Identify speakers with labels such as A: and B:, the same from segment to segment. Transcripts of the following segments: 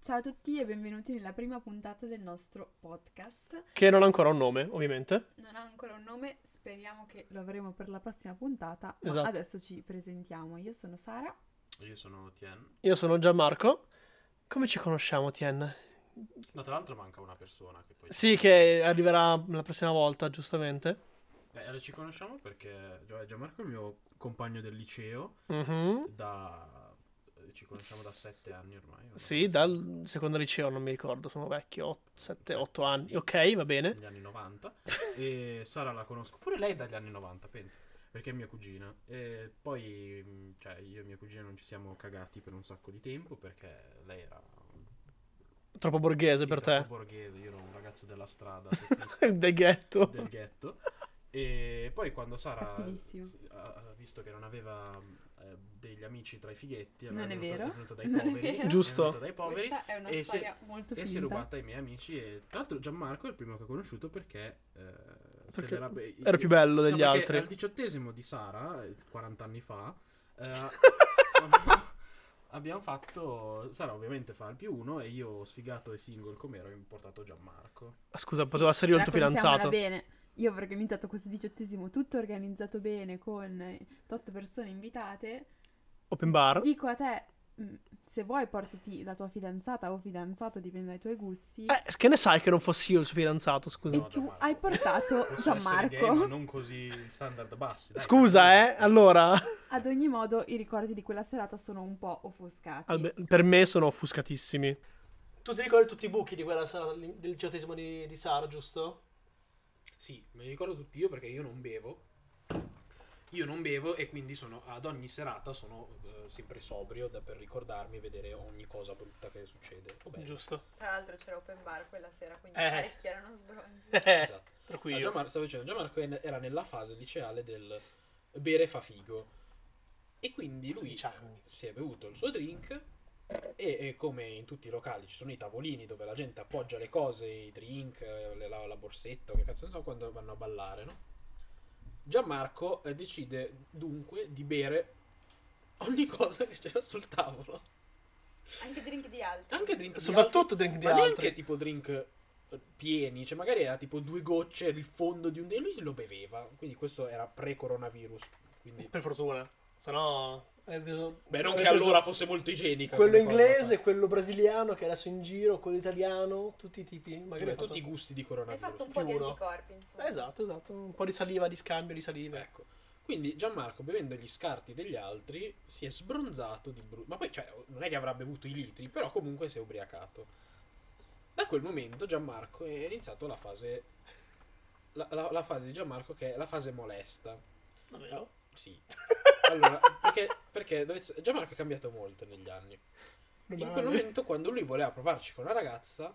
A: Ciao a tutti e benvenuti nella prima puntata del nostro podcast.
B: Che non ha ancora un nome, ovviamente.
A: Non ha ancora un nome, speriamo che lo avremo per la prossima puntata. Ma
B: Esatto.
A: adesso ci presentiamo. Io sono Sara.
C: Io sono Tien.
B: Io sono Gianmarco. Come ci conosciamo, Tien?
C: No, tra l'altro manca una persona che poi...
B: Sì, che arriverà la prossima volta, giustamente.
C: Eh, allora, ci conosciamo perché Gian- Gianmarco è il mio compagno del liceo
B: Mhm.
C: da... eh, Ci conosciamo da sette anni ormai. o
B: Sì,
C: qualcosa
B: dal secondo liceo, non mi ricordo, sono vecchio, 7,
C: Sì,
B: 8 anni.
C: sì.
B: Ok, va bene.
C: così, Negli anni 90. e Sara la conosco. Pure lei è dagli anni 90, penso. Perché è mia cugina. E poi, mh, cioè, io e mia cugina non ci siamo cagati per un sacco di tempo perché lei era...
B: Troppo borghese
C: sì,
B: per
C: troppo
B: te.
C: borghese, io ero un ragazzo della strada, teppista.
B: Del ghetto.
C: del ghetto.
B: Ecco.
C: E poi quando Sara
A: Cattivissimo.
C: s- ha ha visto che non aveva eh, degli amici tra i fighetti,
A: Non è
C: allora venuto-
A: vero,
C: venuto dai
A: non è
C: poveri,
A: vero.
B: Giusto.
C: venuto dai poveri
A: Questa è una
C: e si-
A: storia molto
C: e si è
A: finta.
C: rubata i miei amici. E tra l'altro Gianmarco è il primo che ho conosciuto perché, eh, se
B: Perché
C: l'era be-
B: Era più bello
C: No,
B: degli
C: perché
B: altri.
C: Al diciottesimo di Sara, eh, 40 anni fa, eh, abbiamo fatto. Sara ovviamente fa il più uno e io sfigato e single come ero, ho portato Gianmarco.
B: Ma Ah, Scusa,
A: Sì,
B: poteva essere io il tuo
A: raccontiamola
B: fidanzato.
A: bene. Io avevo organizzato questo diciottesimo tutto organizzato bene con eh, tot persone invitate.
B: Open bar.
A: Dico a te, mh, se vuoi portati la tua fidanzata o fidanzato, dipende dai tuoi gusti.
B: Eh, che ne sai che non fossi io il suo fidanzato, scusa.
A: e
C: no,
A: tu
C: Gianmarco.
A: hai portato
C: Possono essere
A: Gianmarco.
C: gay, ma non così standard bassi. dai.
B: Scusa, eh. Allora,
A: Ad ogni modo, i ricordi di quella serata sono un po' offuscati.
B: albe- per me sono offuscatissimi. Tu ti ricordi tutti i buchi di quella sala del diciottesimo di, di Sara, giusto?
C: Sì, me li ricordo tutti io perché io non bevo. Io non bevo e quindi sono, ad ogni serata sono eh, sempre sobrio da- per ricordarmi e vedere ogni cosa brutta che succede. O bella.
B: Giusto.
A: Tra l'altro c'era open bar quella sera, quindi
B: Eh.
A: parecchi erano sbronzi.
B: Eh,
C: Esatto. Ah,
B: tranquillo.
C: Gianmar- stavo dicendo, Gianmarco en- era nella fase liceale del bere fa figo. E quindi lui
B: Sedici anni.
C: si è bevuto il suo drink e, e come in tutti i locali ci sono i tavolini dove la gente appoggia le cose, i drink, eh, le- la, la borsetta, o che cazzo ne so, quando vanno a ballare, no? Gianmarco eh, decide dunque di bere ogni cosa che c'era sul tavolo.
A: Anche drink di altri.
C: Anche drink di
B: Soprattutto drink di
C: ma neanche
B: altri.
C: tipo drink eh, pieni, cioè magari era tipo due gocce il fondo di un e lui lo beveva, quindi questo era pre-coronavirus, quindi
B: Per fortuna. eh, Sennò. hai preso-
C: beh non
B: hai
C: che
B: preso
C: allora fosse molto igienica.
B: Quello
C: come cosa,
B: inglese,
C: ma-
B: quello brasiliano che è adesso in giro, quello italiano, tutti i tipi. Magari
C: Vabbè,
B: hai fatto-
C: tutti i gusti di
A: Hai
C: coronavirus.
A: fatto un po' di
B: più uno.
A: anticorpi, insomma.
B: Eh, Esatto, esatto. Un po' di saliva, di scambio di salive.
C: Ecco. Quindi Gianmarco bevendo gli scarti degli altri si è sbronzato di brutto. Ma poi cioè, non è che avrà bevuto i litri, però comunque si è ubriacato. Da quel momento Gianmarco è iniziato la fase la, la- la fase di Gianmarco che è la fase molesta.
B: Davvero?
C: Sì. Allora, perché, perché dovete- Gianmarco è cambiato molto negli anni. In quel momento, quando lui voleva provarci con una ragazza,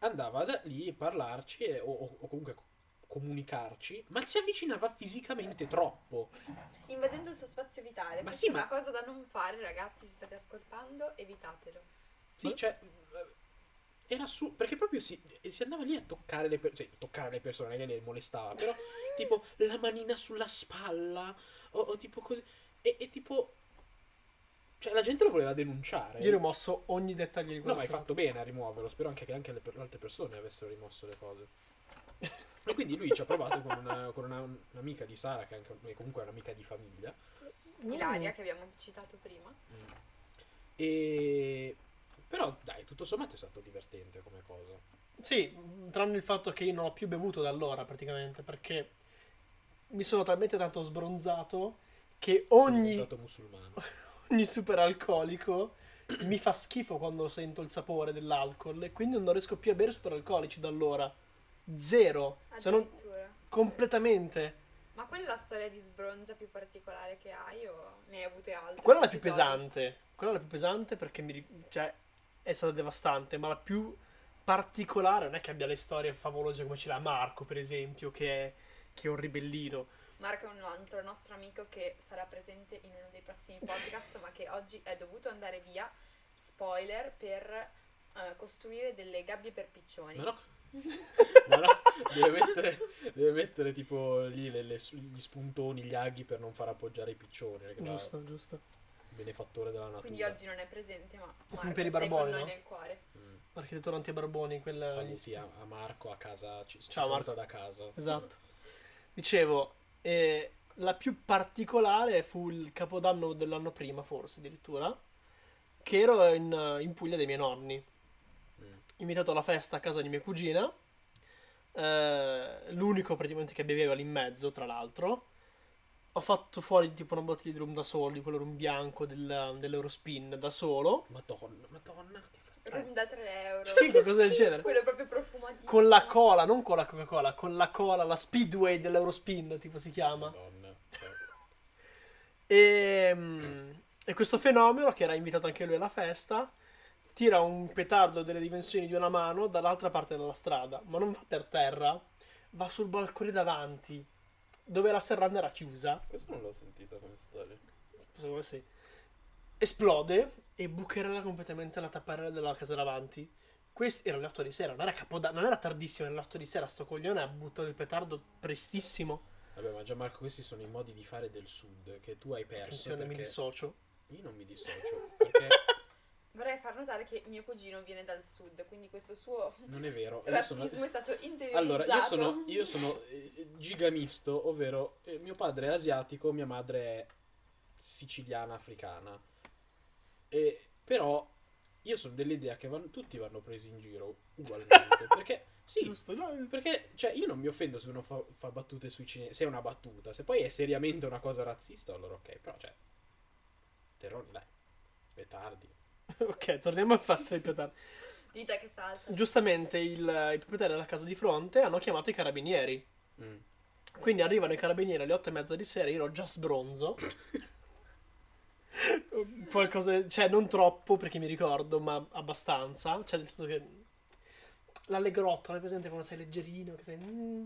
C: andava da lì a parlarci e- o, o- o comunque co- comunicarci, ma si avvicinava fisicamente troppo.
A: Invadendo il suo spazio vitale.
C: Ma Questa sì, è ma- una
A: cosa da non fare, ragazzi, se state ascoltando, evitatelo.
C: Sì,
B: Ma-
C: cioè, eh, era su. Perché proprio si, si andava lì a toccare le persone. Cioè, toccare le persone, che le molestava, però tipo la manina sulla spalla, o, o tipo così. E, e tipo. Cioè, la gente lo voleva denunciare.
B: Io ho rimosso ogni dettaglio di
C: No,
B: quella
C: ma hai
B: serata.
C: fatto bene a rimuoverlo. Spero anche che anche le, per- le altre persone avessero rimosso le cose. E quindi lui ci ha provato con, una- con una- un'amica di Sara, che anche, che comunque è un'amica di famiglia.
B: Mm.
A: Ilaria, che abbiamo citato prima.
C: E... Però, dai, tutto sommato è stato divertente come cosa.
B: Sì, tranne il fatto che io non ho più bevuto da allora praticamente perché mi sono talmente tanto sbronzato che
C: Sono
B: ogni,
C: diventato musulmano.
B: ogni super alcolico mi fa schifo quando sento il sapore dell'alcol e quindi non riesco più a bere super alcolici da allora. Zero, se non
A: Addirittura.
B: completamente.
A: Ma quella è la storia di sbronza più particolare che hai o ne hai avute altre?
B: Quella è la più
A: Episodi?
B: pesante. Quella è la più pesante perché mi, ri- cioè, è stata devastante, ma la più particolare non è che abbia le storie favolose come ce l'ha Marco, per esempio, che è, che è un ribellino.
A: Marco è un altro nostro amico che sarà presente in uno dei prossimi podcast, ma che oggi è dovuto andare via, spoiler, per eh, costruire delle gabbie per piccioni.
C: Ma no, ma no, deve mettere, deve mettere tipo lì le- le- gli spuntoni, gli aghi per non far appoggiare i piccioni. perché la-
B: Giusto, giusto.
C: benefattore della natura.
A: Quindi oggi non è presente, ma Marco,
B: per
A: sei
B: i
A: con
B: barboni,
A: noi
B: no?
A: nel cuore.
C: Mm.
B: L'architetto Antibarboni, quella
C: Saluti a, a Marco a casa, ci, ci
B: Eh, Ciao,
C: saluta da casa.
B: Esatto. Dicevo, eh, la più particolare fu il capodanno dell'anno prima, forse addirittura, che ero in, in Puglia dei miei nonni.
C: Mm.
B: Invitato alla festa a casa di mia cugina, eh, l'unico praticamente che beveva lì in mezzo, tra l'altro. Ho fatto fuori tipo una bottiglia di rum da solo, di quello rum bianco del- dell'Eurospin da solo.
C: Madonna, madonna, che fastidio.
A: Rum da 3 euro.
B: Eh. Sì, qualcosa del genere.
A: Quello proprio profumatissimo.
B: Con la cola, non con la Coca-Cola, con la cola, la Speedway dell'Eurospin, tipo si chiama.
C: Madonna. cioè,
B: E, mm, e questo fenomeno, che era invitato anche lui alla festa, tira un petardo delle dimensioni di una mano dall'altra parte della strada, ma non va per terra, va sul balcone davanti, dove la serranda era chiusa,
C: Questo non l'ho sentita come storia.
B: secondo me sì, esplode e bucherella completamente la tapparella della casa davanti. Questo era le 8 di sera, non era, capodanno, non era tardissimo, era le 8 di sera, sto coglione ha buttato il petardo prestissimo.
C: Vabbè, ma Gianmarco, questi sono i modi di fare del sud che tu hai perso.
B: Attenzione, mi
C: Perché...
B: dissocio.
C: Io non mi dissocio. Perché
A: Vorrei far notare che mio cugino viene dal sud, quindi questo suo
C: non è vero. Io
A: razzismo
C: sono...
A: è stato interiorizzato.
C: Allora, io sono, io sono eh, gigamisto, ovvero eh, mio padre è asiatico, mia madre è siciliana africana. E, però io sono dell'idea che vanno- tutti vanno presi in giro ugualmente. perché sì,
B: Giusto, no?
C: Perché, cioè, io non mi offendo se uno fa, fa battute sui cinesi, se è una battuta, se poi è seriamente una cosa razzista, allora ok, però, cioè, Terroni, dai, petardi.
B: Ok, torniamo al fatto dei petardi.
A: Dita che salta.
B: Giustamente il, i proprietari della casa di fronte hanno chiamato i carabinieri.
C: Mm.
B: Quindi arrivano i carabinieri alle otto e mezza di sera, io ero già sbronzo. Qualcosa, cioè non troppo perché mi ricordo, ma abbastanza. Cioè nel senso che... L'allegrotto, non è presente quando sei leggerino, che sei... mm.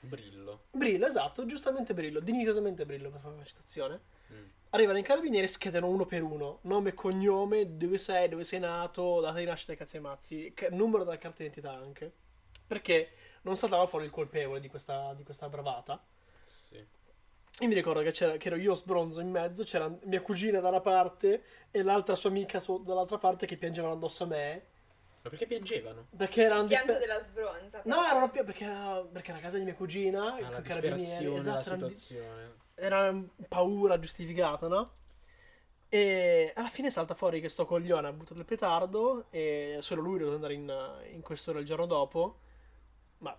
C: Brillo.
B: Brillo, esatto, giustamente Brillo, dignitosamente Brillo per fare una citazione.
C: Mm.
B: Arrivano i carabinieri e schedano uno per uno, nome, cognome, dove sei, dove sei nato, data di nascita, cazzi e mazzi, ca- numero della carta d'identità anche. Perché non saltava fuori il colpevole di questa, di questa bravata.
C: Sì.
B: E mi ricordo che, c'era, che ero io sbronzo in mezzo, c'era mia cugina da una parte e l'altra sua amica so- dall'altra parte che piangevano addosso a me.
C: Ma perché piangevano?
B: Perché erano
A: Pianto
B: disperate.
A: della sbronza.
B: No, erano più perché, era- perché era la casa di mia cugina,
C: Ah, la
B: coi carabinieri,
C: disperazione, la
B: esatto, erano di-
C: situazione.
B: era paura giustificata, no? E alla fine salta fuori che sto coglione ha buttato il petardo e solo lui doveva andare in, in quest'ora il giorno dopo. Ma...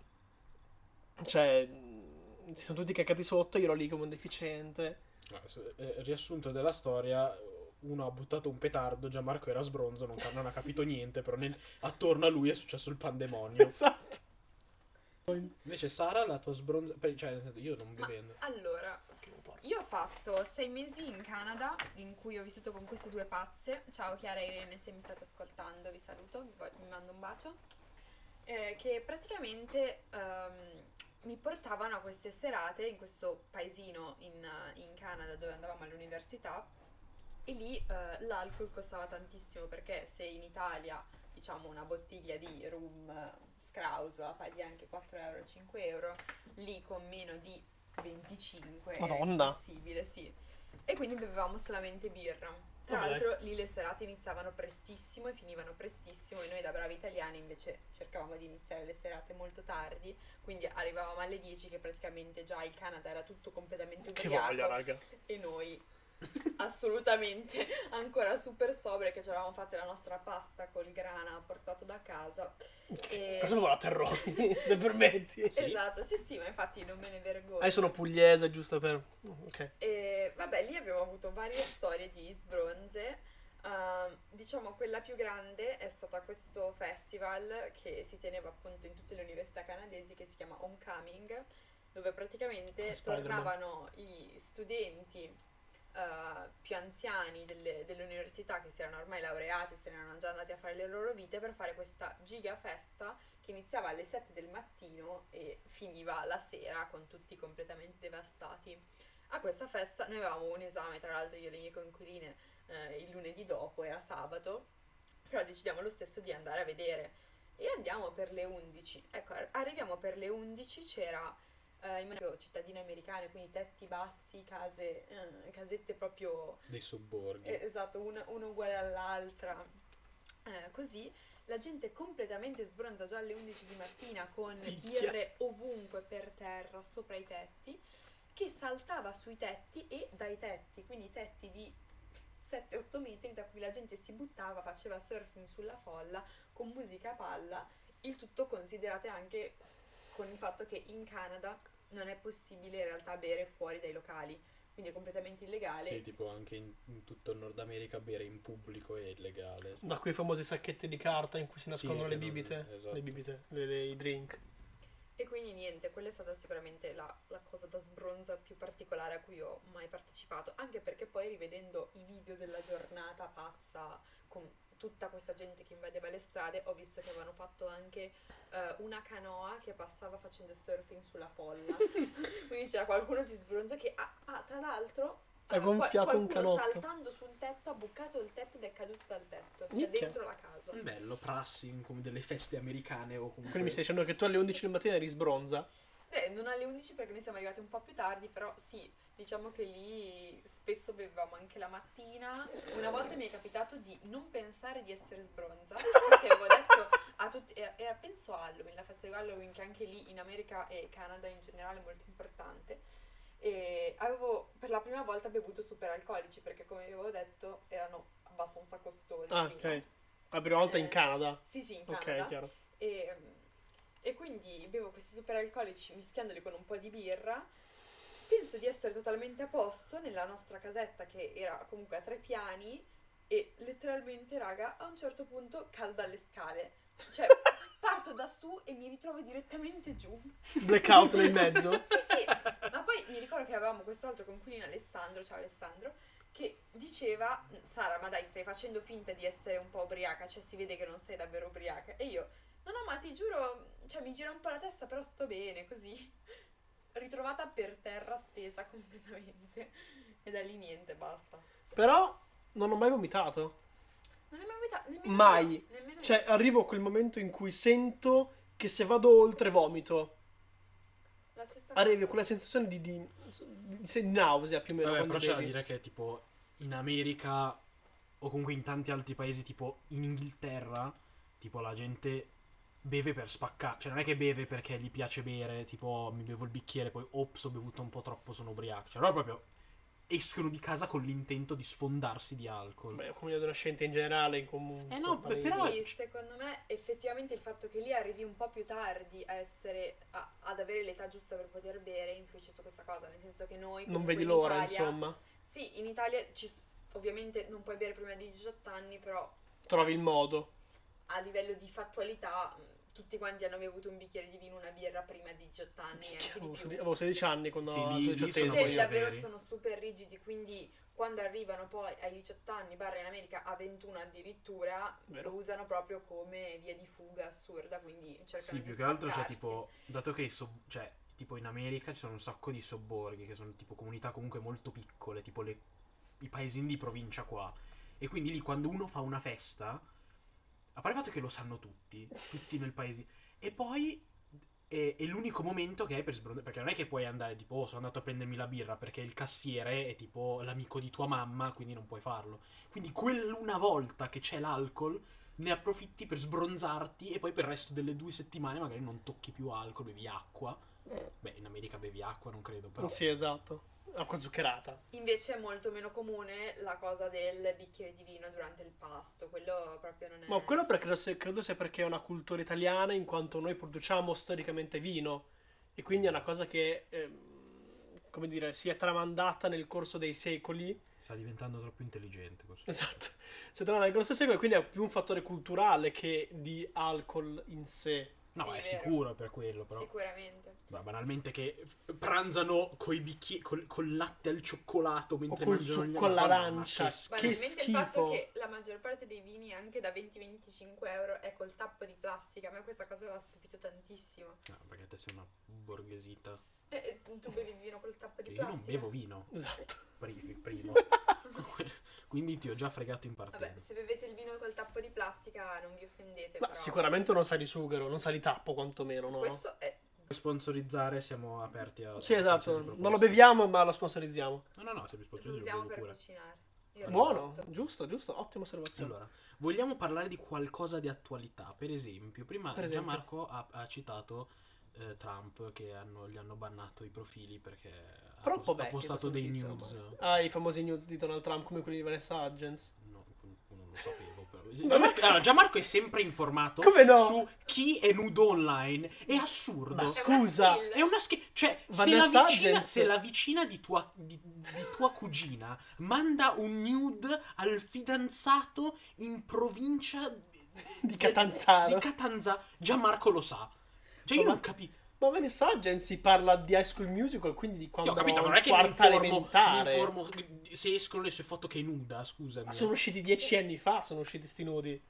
B: Cioè... mh, Si sono tutti cacati sotto, io ero lì come un deficiente.
C: Ah, se- eh, riassunto della storia, uno ha buttato un petardo, Gianmarco era sbronzo, non, non ha capito niente, però nel- attorno a lui è successo il pandemonio.
B: Esatto.
C: Invece Sara, la tua sbronza... per- Cioè, nel senso, io non
A: Ma-
C: bevendo.
A: allora, io ho fatto sei mesi in Canada, in cui ho vissuto con queste due pazze. Ciao Chiara e Irene, se mi state ascoltando, vi saluto, vi, vo- vi mando un bacio. Eh, che praticamente ehm, mi portavano a queste serate in questo paesino in, eh, in Canada dove andavamo all'università. E lì eh, l'alcol costava tantissimo perché se in Italia diciamo una bottiglia di rum eh, scrauso la paghi anche 4 euro 5 euro lì con meno di 25
B: Madonna.
A: è possibile sì e quindi bevevamo solamente birra tra
B: Vabbè.
A: l'altro lì le serate iniziavano prestissimo e finivano prestissimo e noi da bravi italiani invece cercavamo di iniziare le serate molto tardi quindi arrivavamo alle 10 che praticamente già il Canada era tutto completamente
B: Che
A: ubriaco
B: voglia, raga.
A: e noi assolutamente ancora super sobre che ci eravamo fatte la nostra pasta col grana portato da casa. E-
B: Cosa vuole la Terroni, se permetti.
C: Sì.
A: Esatto, sì sì, ma infatti non me ne vergogno.
B: Ah, io sono pugliese, giusto per... Ok.
A: E vabbè, lì abbiamo avuto varie storie di sbronze. Ehm, diciamo quella più grande è stata questo festival che si teneva appunto in tutte le università canadesi che si chiama Homecoming, dove praticamente
B: Spider-Man.
A: tornavano gli studenti eh, più anziani delle, delle università che si erano ormai laureati, se ne erano già andati a fare le loro vite per fare questa giga festa che iniziava alle 7 del mattino e finiva la sera con tutti completamente devastati. A questa festa noi avevamo un esame, tra l'altro io e le mie coinquiline eh, il lunedì dopo, era sabato, però decidiamo lo stesso di andare a vedere e andiamo per le 11. Ecco, ar- arriviamo per le 11, c'era eh, in maniera cittadine americane, quindi tetti bassi, case, eh, casette proprio
C: dei sobborghi.
A: eh, esatto, una, una uguale all'altra. Eh, così la gente completamente sbronza già alle 11 di mattina con
B: Picchia.
A: birre ovunque per terra, sopra i tetti, che saltava sui tetti e dai tetti, quindi tetti di 7-8 metri da cui la gente si buttava, faceva surfing sulla folla con musica a palla, il tutto considerate anche con il fatto che in Canada non è possibile in realtà bere fuori dai locali, quindi è completamente illegale
C: Sì, tipo anche in, in tutto il Nord America bere in pubblico è illegale.
B: Da quei famosi sacchetti di carta in cui si
C: Sì,
B: nascondono le,
C: che non-
B: bibite,
C: esatto.
B: le bibite, le- le- i drink.
A: E quindi niente, quella è stata sicuramente la, la cosa da sbronza più particolare a cui ho mai partecipato, anche perché poi rivedendo i video della giornata pazza con tutta questa gente che invadeva le strade, ho visto che avevano fatto anche eh, una canoa che passava facendo surfing sulla folla. quindi c'era qualcuno di sbronza che, ah, ah, tra l'altro,
B: Ha
A: eh, qua-
B: gonfiato un
A: qualcuno
B: canotto.
A: saltando sul tetto ha bucato il tetto ed è caduto dal tetto, cioè
B: Minchia.
A: dentro la casa.
C: Bello, prassi in- come delle feste americane o comunque...
B: Quindi mi stai dicendo che tu alle 11 del mattino eri sbronza?
A: Beh, non alle 11 perché noi siamo arrivati un po' più tardi, però sì, diciamo che lì spesso bevevamo anche la mattina. Una volta mi è capitato di non pensare di essere sbronza, perché avevo detto a tutti, era, era- penso a Halloween, la festa di Halloween che anche lì in America e Canada in generale è molto importante. E avevo per la prima volta bevuto superalcolici perché come vi avevo detto erano abbastanza costosi.
B: Ah,
A: prima.
B: ok. La prima volta
A: Eh,
B: in Canada.
A: Sì, sì, in Canada.
B: Ok, chiaro.
A: E, Ehm, e quindi bevo questi superalcolici mischiandoli con un po' di birra. Penso di essere totalmente a posto nella nostra casetta che era comunque a tre piani e letteralmente, raga, a un certo punto cado dalle scale. Cioè, parto da su e mi ritrovo direttamente giù.
B: Blackout nel mezzo.
A: Sì, sì. Ma poi mi ricordo che avevamo quest'altro coinquilino Alessandro, ciao Alessandro, che diceva Sara, ma dai, stai facendo finta di essere un po' ubriaca, cioè si vede che non sei davvero ubriaca. E io, no, no, ma ti giuro, cioè mi gira un po' la testa, però sto bene, così. Ritrovata per terra stesa completamente. E da lì niente, basta.
B: Però non ho mai vomitato.
A: Non è mai vita, nemmeno
B: Mai.
A: io, nemmeno
B: Cioè,
A: io.
B: arrivo a quel momento in cui sento che se vado oltre vomito.
A: La stessa
B: Arrivi
A: cosa.
B: a quella sensazione di, di, di- di nausea più o meno
C: Vabbè, però
B: quando
C: c'è da
B: bevi.
C: dire che tipo in America o comunque in tanti altri paesi, tipo in Inghilterra, tipo la gente beve per spaccare, cioè non è che beve perché gli piace bere, tipo "Oh, mi bevo il bicchiere, poi ops, ho bevuto un po' troppo, sono ubriaco, cioè loro proprio escono di casa con l'intento di sfondarsi di alcol.
B: Beh, come gli adolescenti in generale, comunque.
C: Eh no, beh,
B: palese.
C: però-
A: Sì, secondo me effettivamente il fatto che lì arrivi un po' più tardi a essere, a- ad avere l'età giusta per poter bere influisce su questa cosa, nel senso che noi...
B: Non
A: comunque
B: vedi
A: in
B: l'ora,
A: Italia-
B: insomma.
A: Sì, in Italia ci s- ovviamente non puoi bere prima di 18 anni, però
B: Trovi il modo.
A: a livello di fattualità mh, tutti quanti hanno bevuto un bicchiere di vino, una birra prima di 18 anni. e anche di
B: Avevo
A: Ah, più.
B: 16 avevo 16 anni quando
C: Sì,
B: ho
C: lì- lì
B: fatto il
C: sono
A: Cioè,
C: poi
A: lì
B: diciottesimo.
A: davvero
C: severi.
A: sono super rigidi, quindi quando arrivano poi ai 18 anni, barra in America a 21 addirittura,
B: Vero.
A: lo usano proprio come via di fuga assurda, quindi cercano
C: Sì,
A: di
C: più che altro, cioè,
A: staccarsi.
C: tipo, dato che i sob- cioè, tipo in America ci sono un sacco di sobborghi che sono tipo comunità comunque molto piccole, tipo le- i paesini di provincia qua. E quindi lì quando uno fa una festa, a parte il fatto che lo sanno tutti, tutti nel paese, e poi è, è l'unico momento che hai per sbrondare, perché non è che puoi andare tipo, oh, sono andato a prendermi la birra, perché il cassiere è tipo l'amico di tua mamma, quindi non puoi farlo. Quindi quell'una volta che c'è l'alcol, ne approfitti per sbronzarti e poi per il resto delle due settimane magari non tocchi più alcol, bevi acqua. Beh, in America bevi acqua, non credo, però.
B: Eh. Sì, esatto. Acqua zuccherata.
A: Invece è molto meno comune la cosa del bicchiere di vino durante il pasto, quello proprio non è...
B: Ma quello perché credo sia, credo sia perché è una cultura italiana, in quanto noi produciamo storicamente vino e quindi è una cosa che, ehm, come dire, si è tramandata nel corso dei secoli.
C: Sta diventando troppo intelligente questo.
B: Esatto, si è tramandata nel corso dei secoli, quindi è più un fattore culturale che di alcol in sé.
C: No,
A: Sì,
C: è
A: vero.
C: sicuro per quello, però.
A: Sicuramente.
C: Beh, banalmente che f- pranzano coi bicchieri col, col latte al cioccolato mentre
B: col
C: mangiano gli
B: succo
C: Madonna, ma
B: all'arancia. Che
C: che schifo.
A: Banalmente il fatto
B: schifo.
A: che la maggior parte dei vini, anche da 20-25 euro, è col tappo di plastica, a me questa cosa mi ha stupito tantissimo.
C: No, perché te sei una borghesita.
A: Eh, eh, tu bevi il vino col tappo di
C: Io
A: plastica?
C: non bevo vino,
B: Esatto.
C: pri- primo. Quindi ti ho già fregato in partenza.
A: Vabbè, se bevete il vino col tappo di plastica non vi offendete.
B: Ma
A: però
B: sicuramente non sa di sughero, non sa di tappo quantomeno, no?
A: Questo è
C: sponsorizzare siamo aperti a
B: Sì, esatto.
C: qualsiasi
B: Non lo
C: proposta.
B: beviamo, ma lo sponsorizziamo.
C: No, no, no, se vi
A: Lo
C: sponsorizzo lo
A: usiamo
C: bevo
A: per
C: pure.
A: cucinare. Il
B: Buono,
A: risotto.
B: giusto, giusto, ottima osservazione.
C: Allora, vogliamo parlare di qualcosa di attualità. Per esempio, prima
B: Per esempio.
C: Gianmarco ha, ha citato eh, Trump che hanno- gli hanno bannato i profili perché ha
B: Però un
C: pos-
B: po'
C: ha,
B: vecchio questo
C: postato dei
B: tizio,
C: news.
B: Ah, i famosi news di Donald Trump come quelli di Vanessa Hudgens.
C: No, non lo sapevo però. Gianmarco, allora, Gianmarco è sempre informato
B: Come no?
C: su chi è nudo online. È assurdo.
B: Ma
A: È una
B: scusa,
A: skill.
C: È una schi- Cioè, se la,
B: Vanessa
C: vicina,
B: Hudgens.
C: se la vicina di tua, di- di tua cugina manda un nude al fidanzato in provincia
B: Di Catanzaro.
C: di Catanza, Gianmarco lo sa. Cioè, io
B: Ma-
C: non capisco.
B: ma Vanessa Hudgens si parla di High School Musical, quindi di
C: Ho
B: quando
C: capito,
B: eravamo
C: ma
B: in
C: non è che mi
B: quarta
C: informo, mi
B: elementare.
C: informo se escono le sue foto che è nuda, scusami. eh.
B: Ma sono usciti dieci anni fa, sono usciti sti nudi.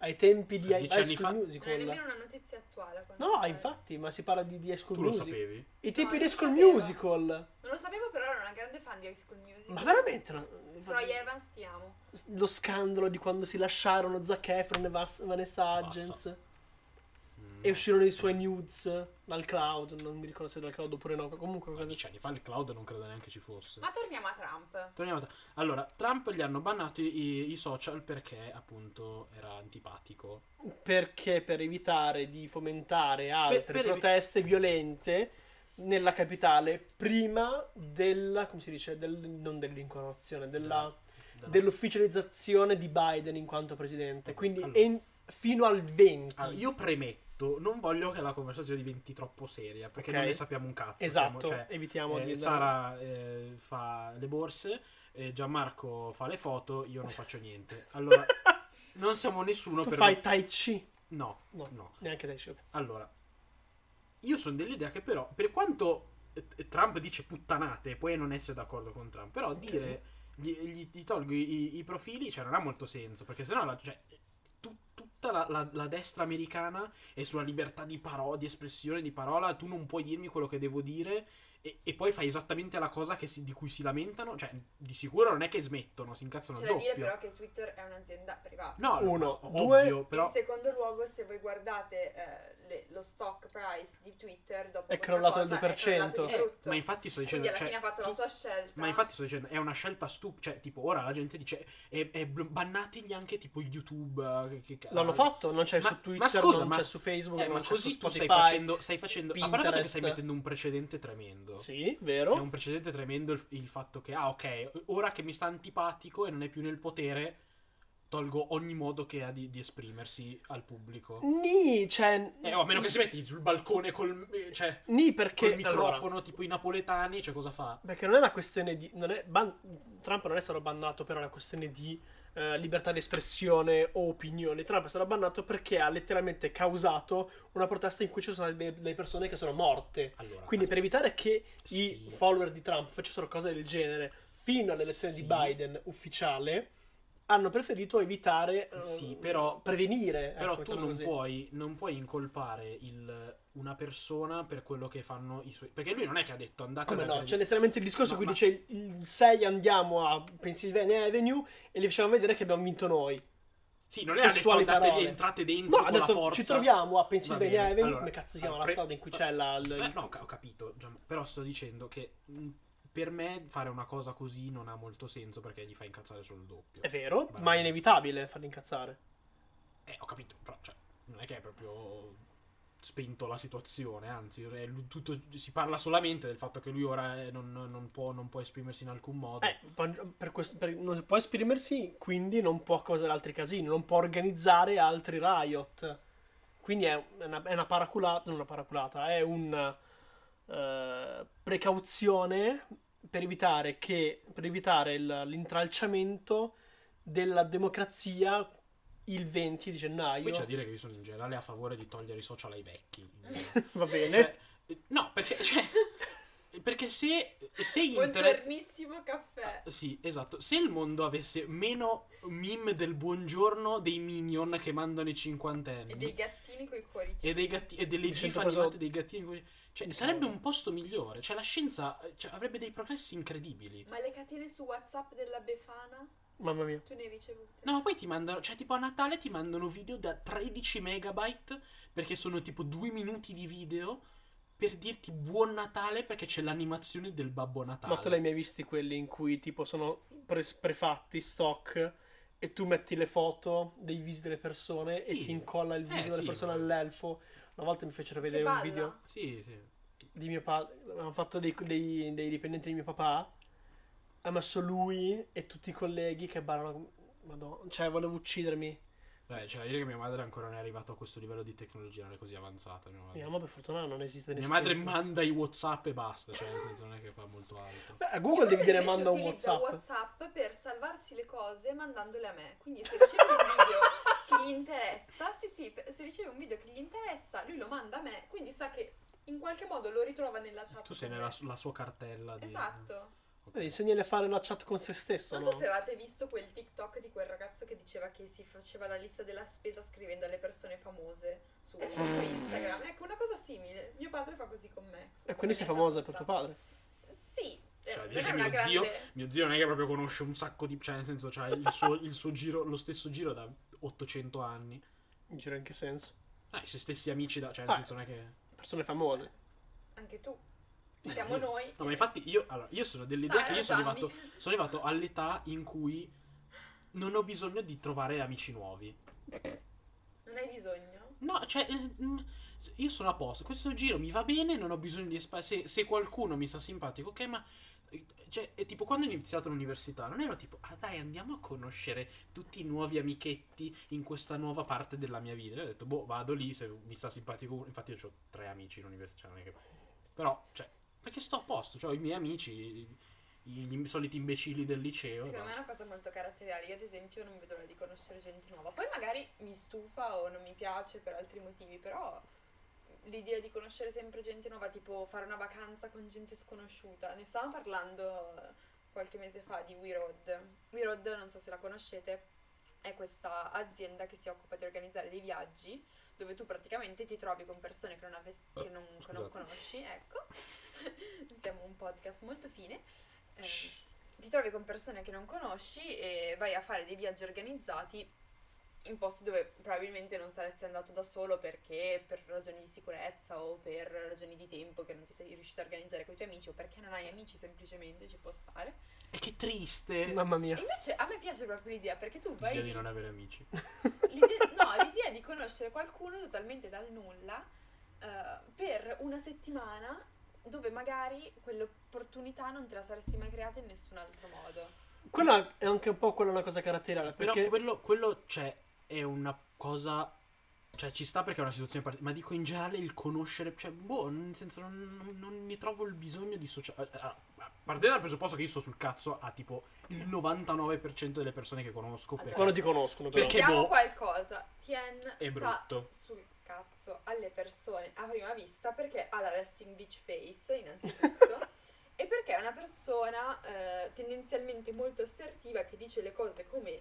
B: Ai tempi di
C: Cioè, Dieci
B: High
C: anni
B: School
C: fa?
A: Non è Eh, nemmeno
B: Musical.
A: una notizia attuale. a quanto
B: No,
A: pare.
B: infatti, ma si parla di, di High School
C: Tu lo
B: Musical.
C: sapevi?
B: I tempi
A: No,
B: di High
A: non
B: School
A: lo sapevo.
B: Musical.
A: Non lo sapevo, però ero una grande fan di High School Music.
B: Ma veramente? no?
A: Troy Evans ti amo.
B: Lo scandalo di quando si lasciarono Zac Efron e Vas- Vanessa Hudgens.
C: Mm,
B: E uscirono i suoi nudes dal cloud. Non mi ricordo se dal cloud oppure no. Comunque,
C: Ma
B: cosa
C: dieci anni fa il cloud non credo neanche ci fosse.
A: Ma torniamo a Trump.
C: Torniamo a- Allora, Trump gli hanno bannato i, i social perché appunto era antipatico.
B: Perché per evitare di fomentare altre
C: per evi-
B: proteste violente nella capitale prima della, come si dice, del- non dell'incoronazione, della,
C: Da-
B: dell'ufficializzazione di Biden in quanto presidente. Quindi
C: Allora.
B: en- fino al 20.
C: Allora, Ah, io premetto, non voglio che la conversazione diventi troppo seria perché
B: Ok.
C: non ne sappiamo un cazzo.
B: esatto,
C: siamo- cioè,
B: evitiamo
C: eh,
B: di...
C: Sara eh, fa le borse, eh, Gianmarco fa le foto, io non faccio niente. Allora, non siamo nessuno
B: tu
C: per...
B: fai Tai Chi.
C: No,
B: No,
C: no.
B: neanche Tai Chi. ok.
C: Allora, io sono dell'idea che però, per quanto eh, Trump dice puttanate, puoi non essere d'accordo con Trump, però
B: Ok.
C: dire gli, gli- gli tolgo i, i profili, cioè non ha molto senso, perché sennò la, cioè, tu- tutta la, la- la destra americana è sulla libertà di parola, di espressione, di parola, tu non puoi dirmi quello che devo dire. E, e poi fai esattamente la cosa che si- di cui si lamentano, cioè di sicuro non è che smettono, si incazzano
A: C'è
C: il
A: da dire
C: doppio.
A: però che Twitter è un'azienda privata.
C: No,
B: Uno,
C: ovvio,
B: due,
C: però
A: In secondo luogo, se voi guardate eh, le- lo stock price di Twitter, dopo
B: È
A: questa
B: crollato il
A: cosa, è crollato
B: 2%.
A: di
C: Eh,
A: brutto.
C: ma infatti sto dicendo
A: Quindi alla fine
C: cioè,
A: ha fatto la
C: tu-
A: sua scelta.
C: Ma infatti sto dicendo, è una scelta stupida. Cioè, tipo, ora la gente dice, e, e bl- bannategli anche tipo YouTube. eh, Che, che-
B: L'hanno fatto, non c'è
C: Ma-
B: su Twitter,
C: ma scusa,
B: non
C: ma-
B: c'è su Facebook,
C: Eh,
B: non
C: ma
B: c'è
C: così
B: su
C: tu stai
B: Spotify.
C: facendo, stai facendo. A parte il fatto che
B: Pinterest.
C: stai mettendo un precedente tremendo.
B: Sì,
C: È
B: vero.
C: un precedente tremendo il, il fatto che, ah, ok, ora che mi sta antipatico e non è più nel potere, tolgo ogni modo che ha di, di esprimersi al pubblico.
B: Ni, cioè...
C: Eh, o a meno che si metti sul balcone col, eh, cioè,
B: Ni perché...
C: col microfono,
B: allora,
C: tipo i napoletani, cioè cosa fa?
B: perché non è una questione di... non è- ban- Trump non è stato bannato per una questione di eh, libertà di espressione o opinione. Trump è stato bannato perché ha letteralmente causato una protesta in cui ci sono state delle- delle persone che sono morte.
C: Allora,
B: Quindi per evitare che
C: Sì.
B: i follower di Trump facessero cose del genere fino all'elezione
C: Sì.
B: di Biden ufficiale, hanno preferito evitare... eh,
C: Sì, però-
B: Prevenire.
C: Però
B: ecco,
C: tu
B: mettiamo
C: non
B: così.
C: puoi, non puoi incolpare il- una persona per quello che fanno i suoi. Perché lui non è che ha detto andate
B: Come
C: ad
B: no? C'è
C: aggredire-
B: letteralmente il discorso
C: Ma-
B: in cui
C: ma-
B: dice il 6 andiamo a Pennsylvania Avenue e gli facciamo vedere che abbiamo vinto noi.
C: Sì, non è ha detto
B: testuali
C: andate
B: Cioè, parole.
C: entrate
B: No,
C: dentro
B: ha
C: con la
B: detto
C: forza.
B: ci troviamo a
C: Va
B: Pennsylvania
C: bene,
B: Avenue.
C: allora,
B: Come cazzo si chiama
C: allora,
B: la strada in cui c'è la. l-
C: Eh, no, ca- ho capito. Gian- Però sto dicendo che mh, per me fare una cosa così non ha molto senso perché gli fa incazzare solo il doppio.
B: È vero,
C: Vabbè.
B: ma è inevitabile farli incazzare.
C: Eh, ho capito, però cioè, non è che è proprio spento la situazione, anzi, è lu- tutto- si parla solamente del fatto che lui ora eh, non, non può, non può esprimersi in alcun modo.
B: Eh, ma- per questo- per- non può esprimersi, quindi non può causare altri casini, non può organizzare altri riot. Quindi è una, è una paraculata, non una paraculata, è una precauzione per evitare, che, per evitare il- l'intralciamento della democrazia il 20 di
C: Poi c'è da
B: gennaio.
C: dire che io sono in generale a favore di togliere i social ai vecchi.
B: Va bene.
C: Cioè, eh, no, perché, cioè, perché se, se internet...
A: Buongiornissimo caffè.
C: Sì, esatto. Se il mondo avesse meno meme del buongiorno dei minion che mandano i cinquantenni
A: E dei gattini coi cuoricini.
C: e, dei gatti- e delle
B: Mi
C: gif
B: sento preso-
C: animate dei gattini, con- cioè,
B: Mi
C: sarebbe
B: causa.
C: un posto migliore. Cioè, la scienza eh, cioè, avrebbe dei progressi incredibili.
A: Ma le catene su WhatsApp della Befana?
B: Mamma mia.
A: Tu ne hai ricevute?
C: No, ma poi ti mandano, cioè tipo a Natale ti mandano video da 13 megabyte perché sono tipo due minuti di video per dirti buon Natale perché c'è l'animazione del Babbo Natale.
B: Ma tu l'hai mai visti quelli in cui tipo sono pre- prefatti stock e tu metti le foto dei visi delle persone
C: Sì.
B: e ti incolla il
C: Eh,
B: viso delle
C: sì,
B: persone
C: ma-
B: all'elfo? Una volta mi fecero
A: Che
B: vedere un
A: balla.
B: video
C: Sì, sì.
B: di mio padre. Hanno fatto dei, dei- dei dipendenti di mio papà. Ha messo lui e tutti i colleghi che ballano. come- Madonna, cioè, volevo uccidermi.
C: Beh, cioè, dire che mia madre ancora non è arrivata a questo livello di tecnologia, non è così avanzata. Mia madre,
B: Mia mamma, per fortuna, non esiste
C: Mia
B: nessuno.
C: madre
B: di questi.
C: manda i WhatsApp e basta, cioè, nel senso non è che fa molto altro.
B: Beh, a Google devi dire manda un
A: utilizza
B: WhatsApp.
A: WhatsApp per salvarsi le cose mandandole a me. Quindi se riceve un video che gli interessa, sì sì, pe- se riceve un video che gli interessa, lui lo manda a me, quindi sa che in qualche modo lo ritrova nella chat.
C: Tu sei
A: con
C: nella
A: me.
C: su- la sua cartella di... eh,
A: Esatto.
C: Ok.
B: Vedi, insegnali a fare una chat con se stesso.
A: Non
B: no?
A: so se avevate visto quel TikTok di quel ragazzo che diceva che si faceva la lista della spesa scrivendo alle persone famose su, su Instagram. Ecco, una cosa simile. Mio padre fa così con me. su-
B: E
A: con le
B: quindi sei
A: mie
B: famosa
A: chat
B: per tuo
A: WhatsApp.
B: padre.
A: S- sì. eh,
C: Cioè,
A: non
C: dire
A: è
C: che
A: una
C: mio zio-
A: grande-
C: Mio zio non è che proprio conosce un sacco di... Cioè, nel senso, c'ha il suo, il suo giro, lo stesso giro da 800 anni.
B: In giro in che senso?
C: Ah, i suoi stessi amici da... Cioè, nel
B: Ah.
C: senso non è che...
B: Persone famose.
A: Anche tu. Siamo noi.
C: No, ma infatti io, allora, io sono dell'idea che io sono
A: Sara,
C: arrivato,
A: Gianni.
C: sono arrivato all'età in cui non ho bisogno di trovare amici nuovi.
A: Non hai bisogno?
C: No, cioè, eh, mm, io sono a posto. Questo giro mi va bene, non ho bisogno di espa- Se, se qualcuno mi sta simpatico, ok, ma. eh, Cioè, è tipo quando ho iniziato l'università, non ero tipo, ah dai, andiamo a conoscere tutti i nuovi amichetti in questa nuova parte della mia vita. E ho detto, boh, vado lì se mi sta simpatico. uno. Infatti, io ho tre amici in università. Non è che... Però, cioè, perché sto a posto, cioè, ho i miei amici, i- gli soliti imbecilli del liceo.
A: Secondo
C: ma-
A: me è una cosa molto caratteriale. Io, ad esempio, non vedo l'ora di conoscere gente nuova. Poi magari mi stufa o non mi piace per altri motivi, però l'idea di conoscere sempre gente nuova, tipo fare una vacanza con gente sconosciuta. Ne stavamo parlando qualche mese fa di We Road. We Road, non so se la conoscete, è questa azienda che si occupa di organizzare dei viaggi dove tu praticamente ti trovi con persone che non, ave- che non- che non
C: Scusate.
A: conosci, ecco. Siamo un podcast molto fine. Ehm, ti trovi con persone che non conosci e vai a fare dei viaggi organizzati in posti dove probabilmente non saresti andato da solo perché per ragioni di sicurezza o per ragioni di tempo che non ti sei riuscito a organizzare con i tuoi amici o perché non hai amici semplicemente ci può stare.
C: E che triste
B: Mamma
A: E
B: mia.
A: invece a me piace proprio l'idea perché tu vai
C: l'idea di
A: lì-
C: non avere amici. eh,
A: l'idea, no, l'idea di conoscere qualcuno totalmente dal nulla eh, per una settimana dove magari quell'opportunità non te la saresti mai creata in nessun altro modo.
B: Quella è anche un po' quella una cosa caratteriale.
C: Però
B: Perché
C: quello, quello cioè, è una cosa. Cioè, ci sta perché è una situazione particolare. Ma dico in generale il conoscere. Cioè, boh, nel senso, non, non- non ne trovo il bisogno di eh, sociale. Partendo dal presupposto che io sto sul cazzo a tipo il 99% delle persone che conosco.
A: Allora,
C: Perché,
B: quando ti conoscono, però.
C: Perché
A: Vediamo
C: boh.
A: qualcosa. Tien
C: È
A: sta
C: brutto.
A: sul cazzo alle persone a prima vista perché ha la resting beach face innanzitutto e perché è una persona eh, tendenzialmente molto assertiva che dice le cose come,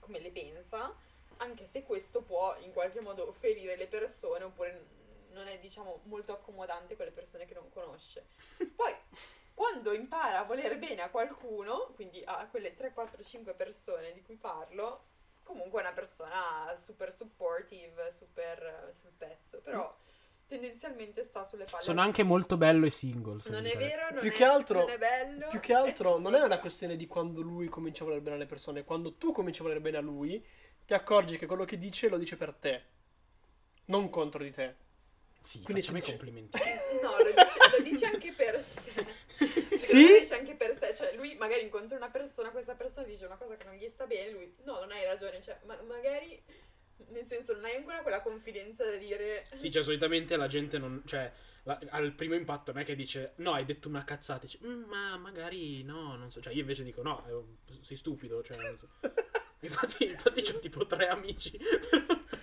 A: come le pensa, anche se questo può in qualche modo ferire le persone oppure non è diciamo molto accomodante con le persone che non conosce. Poi quando impara a voler bene a qualcuno, quindi a quelle 3, 4, 5 persone di cui parlo, comunque è una persona super supportive, super eh, sul pezzo, però tendenzialmente sta sulle palle.
C: Mm. Sono anche molto bello e single. se
A: Non
C: mi
A: è
C: interessa.
A: vero, non,
B: Più
A: è,
B: che altro-
A: non è bello.
B: Più che altro
A: eh, sì,
B: non è una questione di quando lui comincia a voler bene alle persone, quando tu cominci a voler bene a lui, ti accorgi che quello che dice lo dice per te, non contro di te.
C: Sì,
B: Quindi
C: facciamo i
B: se-
C: complimenti.
A: No, lo dice, lo dice anche per sé. Perché
B: Sì?
A: Lo dice anche per sé, cioè lui magari incontra una persona, questa persona dice una cosa che non gli sta bene, lui no, non hai ragione, cioè ma- magari nel senso non hai ancora quella confidenza da dire
C: Sì, cioè, solitamente la gente non. Cioè, la- al primo impatto non è che dice no, hai detto una cazzata. Dice, "Mm, ma magari no, non so. Cioè, io invece dico no, eh, sei stupido. Cioè, non so. infatti, infatti c'ho tipo tre amici.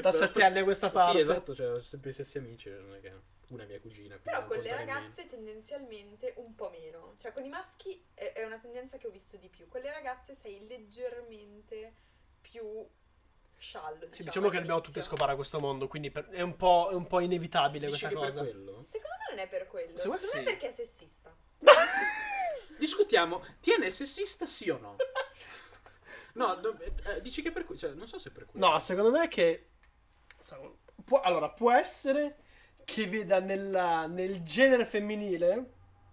B: Da sette anni a questa parte.
C: Sì, esatto, cioè, ho sempre gli stessi amici. Non è che una mia cugina. quindi
A: Però
C: non
A: con le
C: conta nemmeno.
A: ragazze tendenzialmente un po' meno, cioè con i maschi è, è una tendenza che ho visto di più, con le ragazze sei leggermente più sciallo. Diciamo,
B: Sì, diciamo che dobbiamo tutti
A: all'inizio.
B: scopare a questo mondo, quindi per- è, un po', è un po' inevitabile
C: Dici
B: questa
C: che per
B: cosa.
C: quello?
A: Secondo me non è per quello,
B: Secondo
A: secondo,
B: me
A: me
B: sì.
A: è perché è sessista.
C: Discutiamo, tiene sessista sì o no? No, do- eh, dici che per quello. Cioè, non so se per quello.
B: No, secondo me è che. so, può- allora, può essere che veda nella- nel genere femminile,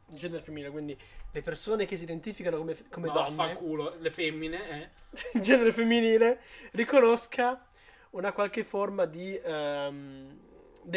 B: genere femminile, quindi le persone che si identificano come, come
C: no,
B: donne,
C: vaffanculo, le femmine, eh.
B: il genere femminile riconosca una qualche forma di ehm,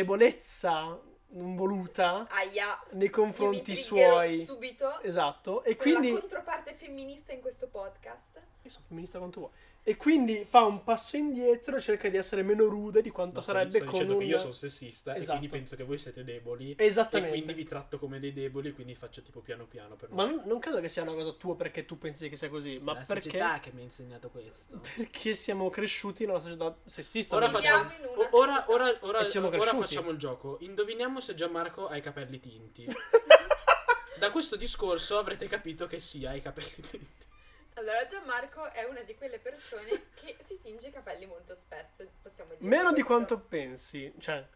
B: debolezza non voluta
A: Aia.
B: nei confronti
A: io mi triggerò
B: suoi.
A: subito.
B: Esatto, e
A: sono
B: quindi
A: la controparte femminista in questo podcast.
B: Io sono femminista quanto vuoi. E quindi fa un passo indietro e cerca di essere meno rude di quanto
C: No, sto-
B: sarebbe
C: sto
B: con
C: dicendo
B: un...
C: che io sono sessista
B: Esatto.
C: e quindi penso che voi siete deboli e
B: Esattamente.
C: quindi vi tratto come dei deboli e quindi faccio tipo piano piano per
B: Ma
C: me.
B: non, non credo che sia una cosa tua perché tu pensi che sia così, ma
C: la
B: perché...
C: società che mi ha insegnato questo.
B: Perché siamo cresciuti nella società sessista.
C: Ora
B: quindi.
C: facciamo-
A: Viviamo in
C: O-
A: una
C: Ora,
A: società.
C: ora, ora,
B: E ci siamo
C: ora
B: cresciuti.
C: facciamo il gioco. Indoviniamo se Gianmarco ha i capelli tinti. da questo discorso avrete capito che sì, ha i capelli tinti.
A: Eh. Allora, Gianmarco è una di quelle persone che si tinge i capelli molto spesso, possiamo dire.
B: Meno di
A: questo.
B: quanto pensi, cioè...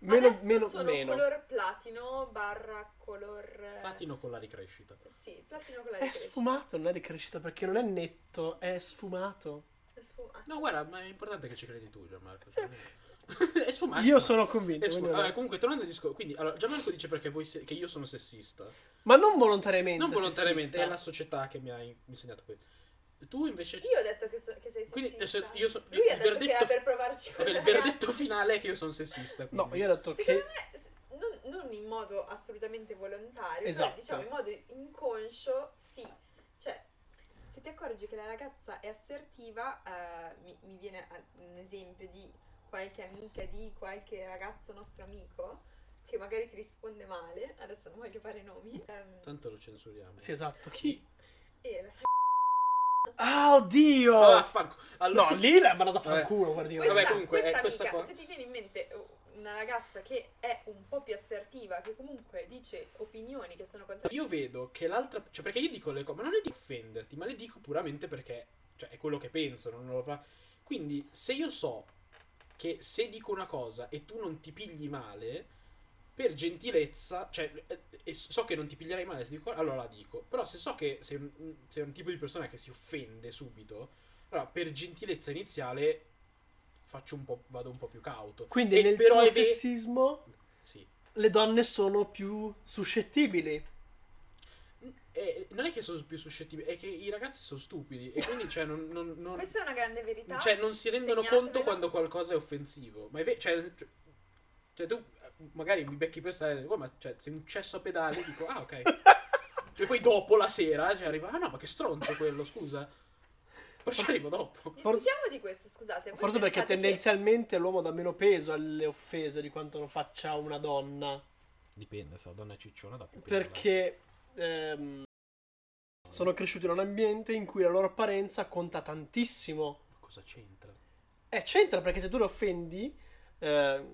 B: Meno,
A: Adesso
B: meno,
A: sono
B: meno.
A: color platino barra color... eh,
C: Platino con la ricrescita.
A: Sì, platino con la
B: È
A: ricrescita.
B: sfumato, non è ricrescita, perché non è netto, è sfumato.
A: È sfumato.
C: No, guarda, ma è importante che ci credi tu, Gianmarco. cioè, no. è sfumato.
B: Io sono convinto.
C: È ah, sfumato.
B: quindi-
C: Vabbè, comunque, tornando al discorso, quindi allora, Gianmarco dice perché voi se- che io sono sessista.
B: Ma non volontariamente.
C: Non volontariamente,
B: sessista.
C: è la società che mi ha in- insegnato questo. Tu invece.
A: Io ho detto che, so- che sei
C: Quindi, eh,
A: sessista.
C: se- io so-
A: Lui
C: il
A: ha detto che era
C: verdetto-
A: per provarci con
C: Ok, il
A: la
C: verdetto
A: ragazza.
C: finale è che io sono sessista.
B: No,
C: quindi.
B: io ho detto
A: Secondo me,
B: che...
A: s- non, non in modo assolutamente volontario,
B: Esatto.
A: però diciamo in modo inconscio, sì. Cioè, se ti accorgi che la ragazza è assertiva, eh, mi, mi viene a- un esempio di qualche amica di qualche ragazzo nostro amico che magari ti risponde male, adesso non voglio fare nomi, ehm,
C: Tanto lo censuriamo.
B: Sì, esatto. Chi?
A: e la-
B: Ah, oddio!
C: Ah, vaffanculo. Allora,
B: No, lì l'ha mandato a
C: Vabbè.
B: fanculo, guardi. io.
A: questa,
C: Vabbè, comunque,
A: questa
C: eh, questa
A: amica,
C: qua-
A: se ti viene in mente eh, una ragazza che è un po' più assertiva, che comunque dice opinioni che sono contrarie,
C: io vedo che l'altra. Cioè, perché io dico le cose, ma non le dico per offenderti, ma le dico puramente perché. Cioè, è quello che penso, non lo fa. Quindi, se io so che se dico una cosa e tu non ti pigli male, per gentilezza, cioè, eh, e so che non ti piglierai male se dico, allora la dico. Però se so che sei un, sei un tipo di persona che si offende subito, allora per gentilezza iniziale faccio un po', vado un po' più cauto.
B: Quindi
C: E
B: nel
C: però
B: tuo
C: è ve-
B: sessismo
C: Sì.
B: le donne sono più suscettibili.
C: Eh, non è che sono più suscettibili, è che i ragazzi sono stupidi e quindi cioè, non, non- non-
A: Questa è una grande verità.
C: cioè, non si rendono
A: Segnatevela.
C: conto quando qualcosa è offensivo. Ma è ve- cioè, cioè- cioè, tu eh, magari mi becchi per strada e dico, "Oh, ma cioè, sei un cesso a pedale, dico, ah ok. Cioè, poi dopo la sera cioè, arriva, ah no, ma che stronzo quello, scusa. Poi ci arrivo dopo.
A: Discutiamo
B: Forse-
A: di questo, scusate. voi
B: Forse perché
A: pensate che-
B: tendenzialmente l'uomo dà meno peso alle offese di quanto lo faccia una donna.
C: Dipende, se la donna è cicciona da più
B: Perché ehm, sono cresciuti in un ambiente in cui la loro apparenza conta tantissimo.
C: Cosa c'entra?
B: Eh, c'entra perché se tu le offendi, eh,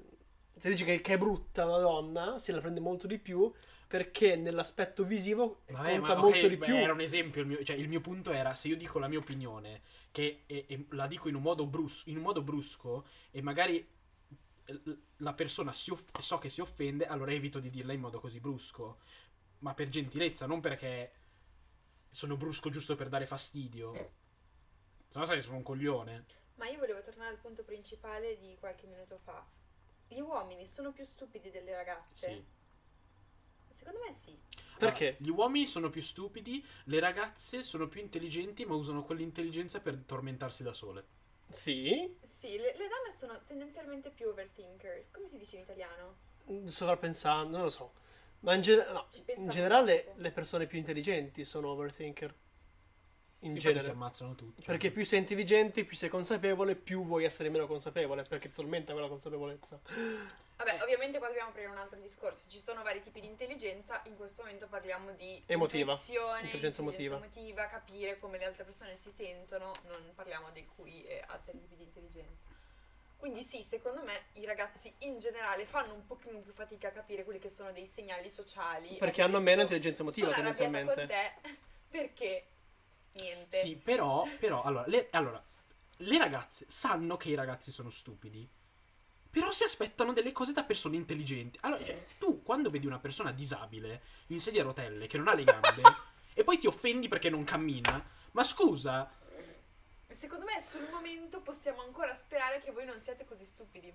B: se dici che, che è brutta una donna, se la prende molto di più perché nell'aspetto visivo
C: Vabbè,
B: conta
C: ma-
B: molto
C: ok,
B: di
C: beh,
B: più.
C: Era un esempio, il mio, cioè, il mio punto era se io dico la mia opinione, che e- e la dico in un, modo brus- in un modo brusco, e magari l- la persona si off- so che si offende, allora evito di dirla in modo così brusco. Ma per gentilezza, non perché sono brusco giusto per dare fastidio. Se no sai che sono un coglione.
A: Ma io volevo tornare al punto principale di qualche minuto fa. Gli uomini sono più stupidi delle ragazze?
C: Sì.
A: Secondo me sì.
B: Perché?
C: Allora, gli uomini sono più stupidi, le ragazze sono più intelligenti, ma usano quell'intelligenza per tormentarsi da sole.
B: Sì,
A: Sì, le, le donne sono tendenzialmente più overthinker. Come si dice in italiano?
B: sovrapensando, non lo so. Ma in, ge- no,
A: Ci
B: in
A: pensavo
B: generale
A: troppo.
B: le persone più intelligenti sono overthinker. In
C: Infatti si
B: genere.
C: ammazzano tutti. Cioè,
B: Perché più sei intelligente, più sei consapevole, più vuoi essere meno consapevole, perché ti tormenta quella consapevolezza.
A: Vabbè,
B: Eh.
A: ovviamente qua dobbiamo aprire un altro discorso. Ci sono vari tipi di intelligenza. In questo momento parliamo di
B: Emotiva.
A: intuizione,
B: Intelligenza emotiva.
A: emotiva, capire come le altre persone si sentono. Non parliamo di cui eh, altri tipi di intelligenza. Quindi sì, secondo me i ragazzi in generale fanno un pochino più fatica a capire quelli che sono dei segnali sociali.
B: Perché hanno meno
A: intelligenza
B: intelligenza emotiva
A: sono arrabbiata con
B: tendenzialmente.
A: te perché niente.
C: Sì, però, però allora, le, allora, le ragazze sanno che i ragazzi sono stupidi, però si aspettano delle cose da persone intelligenti. Allora, cioè,
A: Eh.
C: tu quando vedi una persona disabile in sedia a rotelle che non ha le gambe e poi ti offendi perché non cammina, ma scusa,
A: Secondo me sul momento possiamo ancora sperare che voi non siate così stupidi.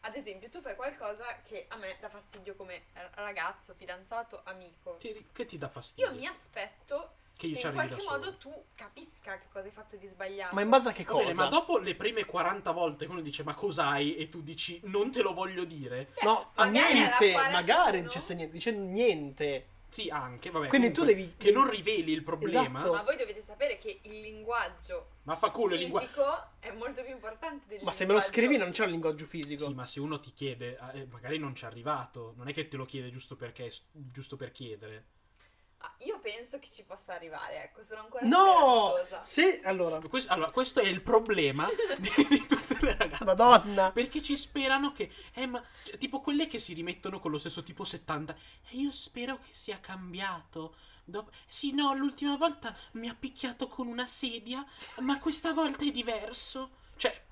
A: Ad esempio, tu fai qualcosa che a me dà fastidio come r- ragazzo, fidanzato, amico.
C: Ti- che ti dà fastidio?
A: Io mi aspetto che
C: che io ci
A: in
C: arrivi
A: qualche
C: da
A: modo
C: solo.
A: tu capisca che cosa hai fatto di sbagliato.
B: Ma in base a che
C: Va
B: cosa?
C: bene, ma dopo le prime 40 volte che uno dice ma cos'hai e tu dici non te lo voglio dire.
A: Beh,
B: No,
A: magari alla
B: niente,
A: 41,
B: magari non ci sei niente, dice niente.
C: Sì, anche, vabbè.
B: Quindi tu
C: comunque,
B: devi-
C: Che non riveli il problema.
B: Esatto.
A: Ma voi dovete sapere che il linguaggio
C: Ma fa culo il
A: fisico
C: linguaggio.
A: è molto più importante del
B: Ma se me lo
A: linguaggio-
B: scrivi non c'è un linguaggio fisico.
C: Sì, ma se uno ti chiede, eh, magari non ci è arrivato, non è che te lo chiede giusto perché, giusto per chiedere.
A: Ah, io penso che ci possa arrivare, ecco, sono ancora
B: No!
A: speranzosa.
B: Se allora,
C: Questo, allora, questo è il problema di, di tutte le ragazze.
B: Madonna.
C: Perché ci sperano che. Eh, ma. cioè, tipo quelle che si rimettono con lo stesso tipo 70. E io spero che sia cambiato. Dop- sì, no, l'ultima volta mi ha picchiato con una sedia, ma questa volta è diverso. Cioè,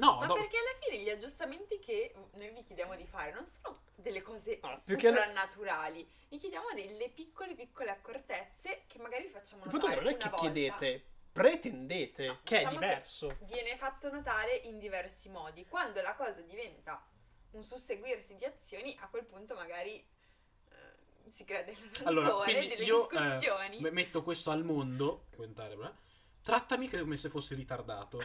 C: no.
A: Ma
C: do-
A: perché alla fine gli aggiustamenti che noi vi chiediamo di fare non sono delle cose
B: Ah, più che-
A: soprannaturali, vi chiediamo delle piccole piccole accortezze che magari facciamo notare
B: il punto è che non è
A: una
B: che
A: volta.
B: chiedete, pretendete
A: No,
B: che
A: diciamo
B: è
A: che-
B: diverso.
A: Viene fatto notare in diversi modi. Quando la cosa diventa un susseguirsi di azioni, a quel punto magari eh, si crea del
C: Allora,
A: rancore,
C: quindi
A: delle
C: io eh,
A: discussioni.
C: me- metto questo al mondo. Commentare, bla. Trattami come se fossi ritardato.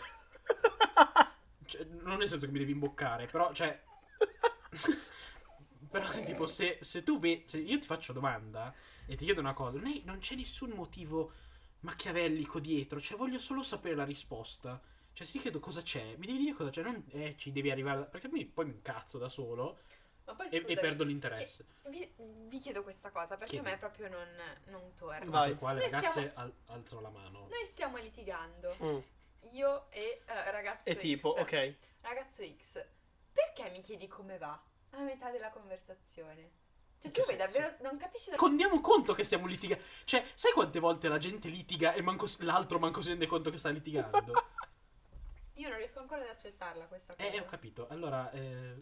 C: Cioè, non nel senso che mi devi imboccare, però, cioè. però, tipo, se, se tu vedi. Se io ti faccio domanda e ti chiedo una cosa, non, è- non c'è nessun motivo machiavellico dietro, cioè, voglio solo sapere la risposta. Cioè, se ti chiedo cosa c'è, mi devi dire cosa c'è, non eh, ci devi arrivare. Perché mi- poi mi incazzo da solo
A: Ma poi
C: e, e
A: scusami,
C: perdo l'interesse.
A: Vi, vi chiedo questa cosa perché
C: Chiedi.
A: a me proprio non, non torna.
B: Vai.
C: Per qua le
A: Noi
C: ragazze al- alzano la mano.
A: Noi stiamo litigando,
B: Mm.
A: io e eh, ragazzo
B: E
A: X.
B: tipo, ok.
A: Ragazzo X, perché mi chiedi come va a metà della conversazione? Cioè
C: In
A: tu
C: che
A: vuoi
C: senso?
A: davvero, non capisci da
C: Condiamo conto che stiamo litigando. Cioè, sai quante volte la gente litiga e manco si- l'altro manco si rende conto che sta litigando?
A: Io non riesco ancora ad accettarla questa cosa.
C: eh, ho capito. Allora, eh,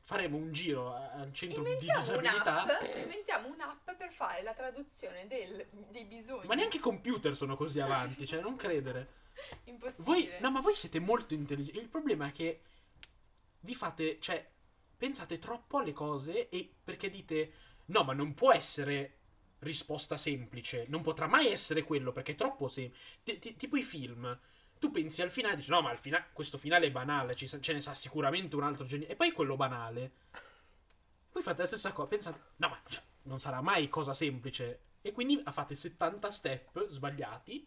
C: faremo un giro a- al centro di
A: Inventiamo un'app,
C: disabilità.
A: inventiamo un'app per fare la traduzione del- dei bisogni.
C: Ma neanche i computer sono così avanti, cioè, non credere.
A: Impossibile.
C: Voi, no, ma voi siete molto intelligenti. Il problema è che vi fate, cioè, pensate troppo alle cose e perché dite, no, ma non può essere risposta semplice, non potrà mai essere quello perché è troppo semplice. Tipo i film. Tu pensi al finale e dici, no, ma al fina- questo finale è banale, ci sa- ce ne sa sicuramente un altro genio. E poi quello banale. Voi fate la stessa cosa, pensate, no, ma cioè, non sarà mai cosa semplice. E quindi fate 70 step sbagliati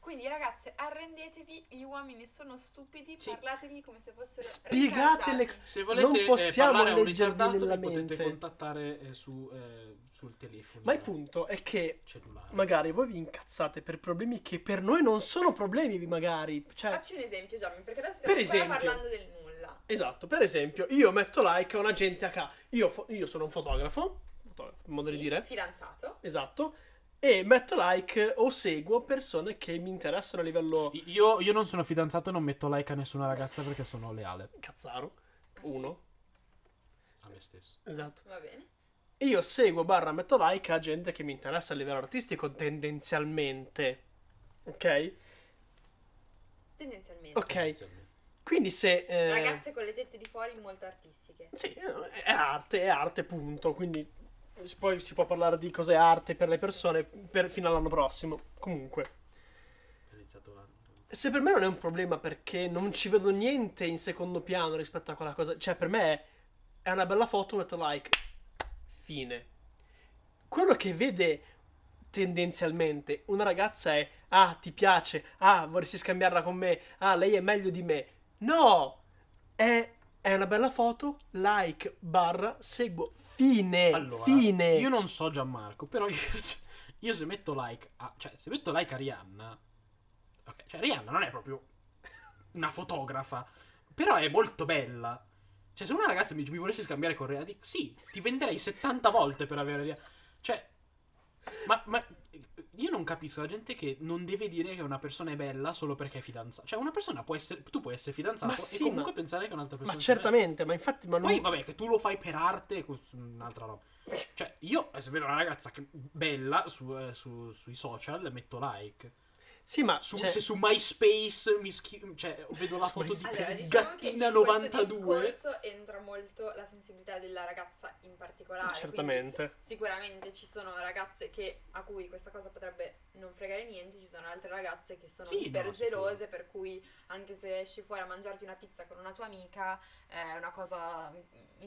A: Quindi ragazze, arrendetevi, gli uomini sono stupidi,
C: Sì.
A: parlategli come se fossero
B: Spiegate le
A: ritardati.
B: cose.
C: Se
B: Non
C: volete eh,
B: possiamo
C: parlare a un
B: leggervi
C: ritardato
B: nella
C: mi potete
B: mente.
C: contattare eh, su, eh, sul telefono.
B: Ma il punto è che
C: Cellulare.
B: magari voi vi incazzate per problemi che per noi non sono problemi, magari. Cioè,
A: Facci un esempio, Gianni, perché adesso
B: Per
A: stiamo ancora parlando
B: esempio.
A: del nulla.
B: Esatto, per esempio, io metto like a un agente a K. Io, fo- io sono un fotografo, fotografo, in modo
A: Sì,
B: di dire.
A: Fidanzato.
B: Esatto. E metto like o seguo persone che mi interessano a livello
C: Io, io non sono fidanzato, non metto like a nessuna ragazza perché sono leale
B: cazzaro. Uno.
C: a me stesso.
B: Esatto.
A: Va bene.
B: E io seguo barra metto like a gente che mi interessa a livello artistico tendenzialmente. Ok?
A: Tendenzialmente.
B: Ok. Quindi se... eh,
A: Ragazze con le tette di fuori molto artistiche.
B: Sì, eh, è arte, è arte, punto. Quindi si- poi si può parlare di cos'è arte per le persone per- fino all'anno prossimo. Comunque.
C: Ho iniziato l'anno.
B: Se per me non è un problema perché non ci vedo niente in secondo piano rispetto a quella cosa, cioè per me è- è una bella foto, metto like, fine. Quello che vede tendenzialmente una ragazza è, ah ti piace, ah vorresti scambiarla con me, ah lei è meglio di me. No! È, è una bella foto, like, barra, seguo, fine,
C: Allora,
B: fine.
C: io non so Gianmarco, però io, io se metto like a... Cioè, se metto like a Rihanna... Ok, cioè Rihanna non è proprio una fotografa, però è molto bella. Cioè, se una ragazza mi dice, mi vorresti scambiare con Rihanna, dico, sì, ti venderei 70 volte per avere Rihanna. Cioè, ma, ma io non capisco la gente che non deve dire che una persona è bella solo perché è fidanzata. Cioè, una persona può essere... Tu puoi essere fidanzato
B: Ma
C: e
B: sì,
C: comunque
B: ma-
C: pensare che un'altra persona
B: ma
C: sia bella.
B: certamente, ma infatti, ma non...
C: Poi, vabbè, che tu lo fai per arte, cos- un'altra roba. Cioè, io eh, se vedo una ragazza che bella su, eh, su- sui social, metto like.
B: sì, ma...
C: Su-
B: cioè-
C: Se su MySpace mi schi- cioè, vedo la
B: Su
C: foto di
B: MySpace.
A: Allora,
B: Sì.
A: diciamo che in
C: Gattina92.
A: questo discorso entra molto personalità della ragazza in particolare. quindi
B: certamente.
A: Sicuramente ci sono ragazze che, a cui questa cosa potrebbe non fregare niente, ci sono altre ragazze che sono
C: Sì, no,
A: ipergelose, per cui anche se esci fuori a mangiarti una pizza con una tua amica è una cosa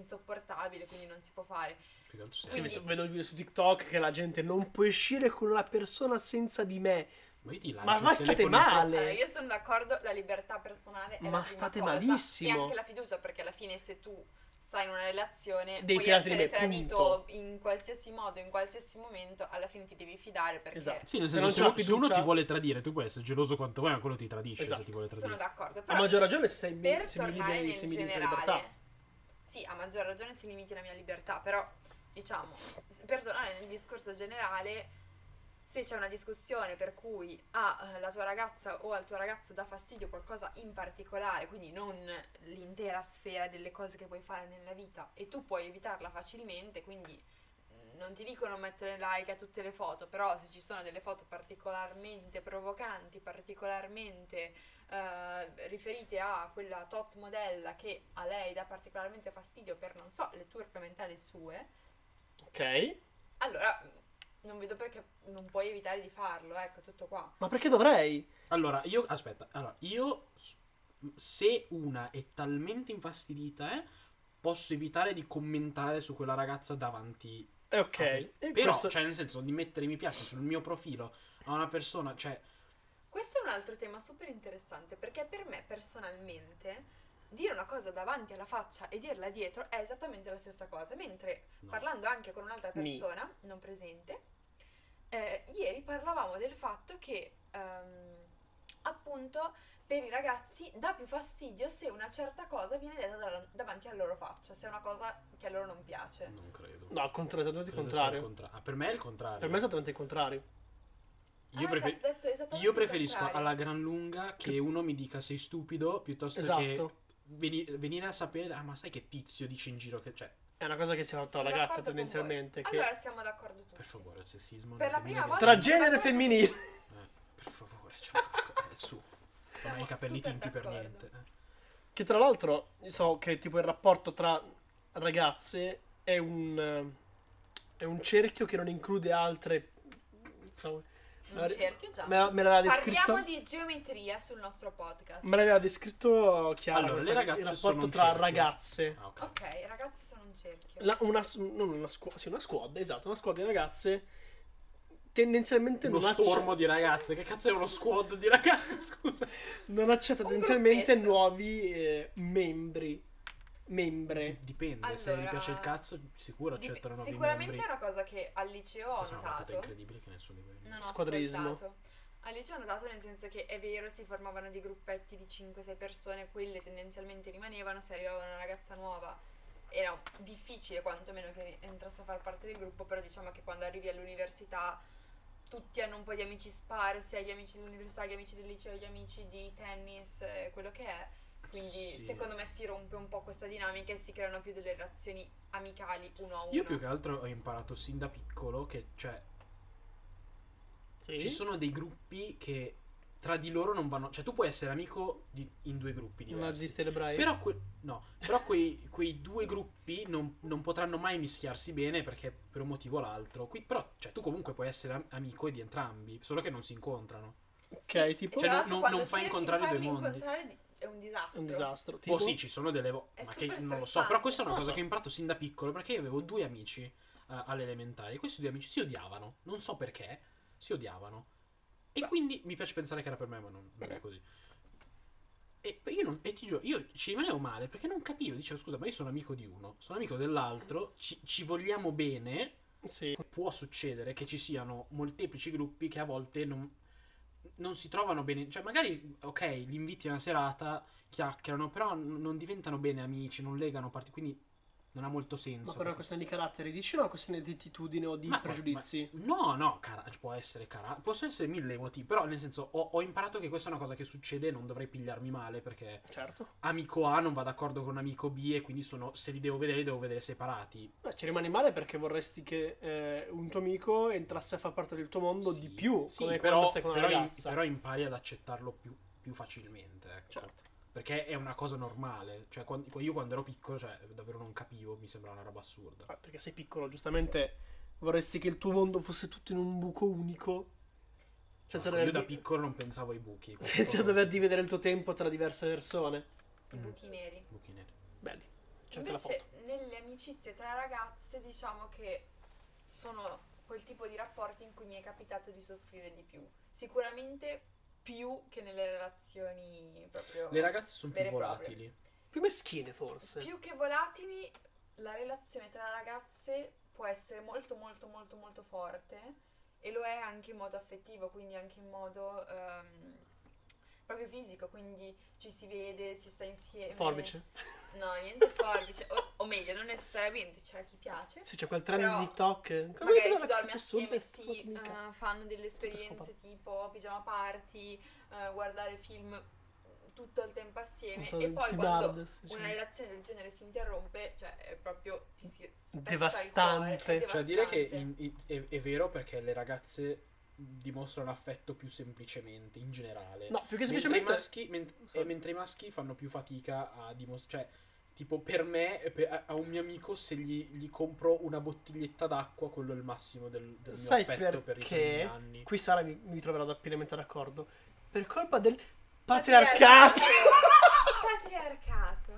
A: insopportabile, quindi non si può fare.
C: Più che altro
B: Sì,
C: se-
A: Quindi-
B: mi sto- vedo il video su TikTok che la gente non può uscire con una persona senza di me.
C: Ma io ti lancio
B: Ma,
C: il
B: ma state
C: telefono in fronte-
A: Allora,
B: male.
A: Ah, io sono d'accordo, la libertà personale è
B: Ma
A: la prima
B: state
A: cosa,
B: malissimo.
A: E anche la fiducia, perché alla fine se tu stai in una relazione
B: Devi
A: puoi
B: fidarti di
A: essere
B: me,
A: tradito
B: punto.
A: in qualsiasi modo, in qualsiasi momento, alla fine ti devi fidare perché
B: Esatto.
C: Sì, nel
B: Se
C: senso,
B: non
C: se,
B: c'è la
C: uno- se uno
B: fiducia-
C: ti vuole tradire, tu puoi essere geloso quanto vuoi, ma quello ti tradisce
B: Esatto.
C: se ti vuole
A: sono
C: tradire.
A: d'accordo.
B: A
A: Però
B: maggior ragione se mi,
A: per
B: se mi
A: tornare
B: liberi,
A: nel
B: se mi liberi la libertà.
A: generale, sì, a maggior ragione se limiti la mia libertà, però diciamo, s- per tornare nel discorso generale, se c'è una discussione per cui alla tua ragazza o al tuo ragazzo dà fastidio qualcosa in particolare, quindi non l'intera sfera delle cose che puoi fare nella vita e tu puoi evitarla facilmente, quindi mh, non ti dico non mettere like a tutte le foto, però se ci sono delle foto particolarmente provocanti, particolarmente eh, riferite a quella tot modella che a lei dà particolarmente fastidio per, non so, le turpe mentali sue,
B: Ok.
A: allora mh, non vedo perché non puoi evitare di farlo, ecco, tutto qua.
B: Ma perché dovrei?
C: Allora, io aspetta, allora, io s- se una è talmente infastidita, eh, posso evitare di commentare su quella ragazza davanti.
B: Eh, ok.
C: a per-
B: E
C: Però,
B: questo-
C: cioè, nel senso, di mettere mi piace sul mio profilo a una persona, cioè,
A: Questo è un altro tema super interessante perché per me personalmente dire una cosa davanti alla faccia e dirla dietro è esattamente la stessa cosa, mentre
C: No.
A: parlando anche con un'altra
B: Ni.
A: persona non presente, eh, ieri parlavamo del fatto che ehm, appunto per i ragazzi dà più fastidio se una certa cosa viene detta dalla- davanti alla loro faccia, se è una cosa che a loro non piace.
C: non credo.
B: No, al contrario, esattamente il
C: Credo sia il
B: contrario.
C: contra- ah, per me è il contrario.
B: Per me è esattamente il contrario.
A: Ah,
C: Io, prefer-
A: esatto, detto esattamente
C: io
A: il
C: preferisco
A: contrario.
C: alla gran lunga che uno mi dica sei stupido piuttosto che
B: Esatto.
C: veni- venire a sapere, ah, ma sai che tizio dice in giro che, cioè,
B: È una cosa che si è fatta
A: Sono
B: alla ragazza
A: d'accordo con voi.
B: tendenzialmente. Che...
A: Allora siamo d'accordo tutti.
C: per favore, il sessismo.
A: Per la
C: nel
A: prima
C: 2020.
B: Tra
A: volta-
B: genere e femminile.
C: Eh, per favore, Gianmarco, eh, su. Non hai
A: Siamo
C: i capelli
A: super
C: tinti per
A: d'accordo.
C: niente. eh.
B: Che tra l'altro so che tipo il rapporto tra ragazze è un, eh, è un cerchio che non include altre. insomma,
A: Un cerchio già.
B: Me, la- me l'aveva descritto.
A: Parliamo di geometria sul nostro podcast.
B: Me l'aveva descritto Chiara.
C: Allora,
B: questa-
C: le ragazze
B: il
C: sono
B: rapporto
C: un
B: tra
C: cerchio.
B: ragazze.
C: Ah, ok.
A: Ok, ragazzi sono un cerchio.
B: La- una, s- non una squad, sì, una squad, esatto, una squad di ragazze tendenzialmente
C: Uno
B: non accetta-
C: stormo di ragazze. Che cazzo è uno squad di ragazze? Scusa.
B: non accetta
A: Un
B: tendenzialmente
A: gruppetto.
B: nuovi eh, membri. Membre.
C: Di- dipende. Se
A: Allora-
C: gli piace il cazzo, sicuro
A: Dip-
C: accettano nuovi
A: sicuramente
C: membri.
A: è una cosa che al liceo ho
C: Questa è una
A: notato.
C: battuta incredibile che nessuno di voi
A: Non ho
B: Squadrismo.
A: ascoltato. Al liceo ho notato nel senso che è vero, si formavano dei gruppetti di 5-6 persone, quelle tendenzialmente rimanevano, se arrivava una ragazza nuova era difficile quantomeno che entrasse a far parte del gruppo, però diciamo che quando arrivi all'università tutti hanno un po' di amici sparsi, hai gli amici dell'università, gli amici del liceo, gli amici di tennis, eh, quello che è. Quindi
C: Sì.
A: secondo me si rompe un po' questa dinamica e si creano più delle relazioni amicali uno a uno.
C: Io più che altro ho imparato sin da piccolo che, cioè,
B: Sì.
C: ci sono dei gruppi che tra di loro non vanno. Cioè, tu puoi essere amico di- in due gruppi diversi.
B: nazisti e ebrei.
C: Però, que- no, però quei, quei due gruppi non, non potranno mai mischiarsi bene perché per un motivo o l'altro. Qui, però, cioè, tu comunque puoi essere am- amico di entrambi, solo che non si incontrano.
B: Ok,
A: Sì,
B: tipo
A: e tra
C: Cioè, non-
A: l'altro
C: non-
A: quando
C: non fa
A: cerchi di
C: incontrare
A: farli
C: due mondi.
A: incontrare di- è un disastro.
B: un disastro.
C: O
B: Tipo,
C: oh, Boh, sì, ci sono delle volte.
A: È
C: Ma che
A: super
C: non lo so.
A: stressante.
C: Però questa è una
B: Non lo
C: cosa
B: so.
C: che ho imparato sin da piccolo perché io avevo due amici eh, alle elementari e questi due amici si odiavano. Non so perché, si odiavano. E quindi mi piace pensare che era per me, ma non, non è così. E io, non- e ti giuro, io ci rimanevo male perché non capivo. Dicevo, scusa, ma io sono amico di uno, sono amico dell'altro, ci- ci vogliamo bene,
B: sì.
C: può succedere che ci siano molteplici gruppi che a volte non, non si trovano bene. Cioè, magari, ok, li inviti a una serata, chiacchierano, però n- non diventano bene amici, non legano parti. Quindi non ha molto
B: Ma
C: senso.
B: per una questione di carattere, dici o una questione di attitudine o di
C: Ma-
B: pregiudizi?
C: No, no, cara- può essere cara. Possono essere mille motivi, però nel senso ho, ho imparato che questa è una cosa che succede e non dovrei pigliarmi male perché
B: Certo.
C: amico A non va d'accordo con amico B e quindi sono, se li devo vedere li devo vedere separati.
B: Beh, ci rimani male perché vorresti che eh, un tuo amico entrasse a far parte del tuo mondo
C: Sì,
B: di più,
C: sì,
B: come
C: però,
B: quando stai con una
C: però, im-
B: ragazza.
C: però impari ad accettarlo più, più facilmente. ecco.
B: Certo.
C: Perché è una cosa normale. Cioè, quan- io quando ero piccolo, cioè, davvero non capivo, mi sembrava una roba assurda.
B: Ah, perché sei piccolo, giustamente vorresti che il tuo mondo fosse tutto in un buco unico, senza,
C: Ecco,
B: dover,
C: io da
B: di-
C: piccolo non pensavo ai buchi.
B: senza
C: Qualcosa-
B: dover dividere il tuo tempo tra diverse persone.
A: i
C: Mm.
A: buchi neri.
C: Buchi neri.
B: Belli. C'è anche la
A: Invece
B: foto.
A: nelle amicizie tra ragazze diciamo che sono quel tipo di rapporti in cui mi è capitato di soffrire di più. Sicuramente più che nelle relazioni proprio...
C: Le ragazze sono più
A: Vere e proprie.
C: volatili.
B: Più meschine forse.
A: Più che volatili, la relazione tra ragazze può essere molto molto molto molto forte e lo è anche in modo affettivo, quindi anche in modo ehm, proprio fisico, quindi ci si vede, si sta insieme.
B: Forbice.
A: No, niente forbice, o, o meglio, non necessariamente, c'è chi piace.
B: Se c'è quel trend
A: Però-
B: di TikTok. Cosa avete
A: Magari si
B: nella-
A: dorme
B: nessuno?
A: assieme, sì,
B: Mica.
A: eh, fanno delle
B: scopa.
A: esperienze tipo pigiama party, eh, guardare film tutto il tempo assieme
B: Non so,
A: e
B: il cioè.
A: poi
B: film
A: quando
B: hard, sì,
A: una
B: sì.
A: relazione del genere si interrompe, cioè è proprio ti si spezza il
B: Devastante.
A: cuore, è
C: Cioè, dire che
A: devastante.
C: in- in- è, è vero perché le ragazze dimostrano affetto più semplicemente, in generale.
B: No, più che
C: Mentre i
B: semplicemente...
C: maschi, men-
B: Sì.
C: e mentre i maschi fanno più fatica a dimostrare. Cioè, tipo, per me, e per- a- a un mio amico, se gli, gli compro una bottiglietta d'acqua, quello è il massimo del, del mio
B: Sai
C: affetto per i
B: perché?
C: primi anni.
B: Qui Sara mi, mi troverà da- pienamente d'accordo. Per colpa del
A: Patriarcato.
B: patriarcato.
A: Patriarcato.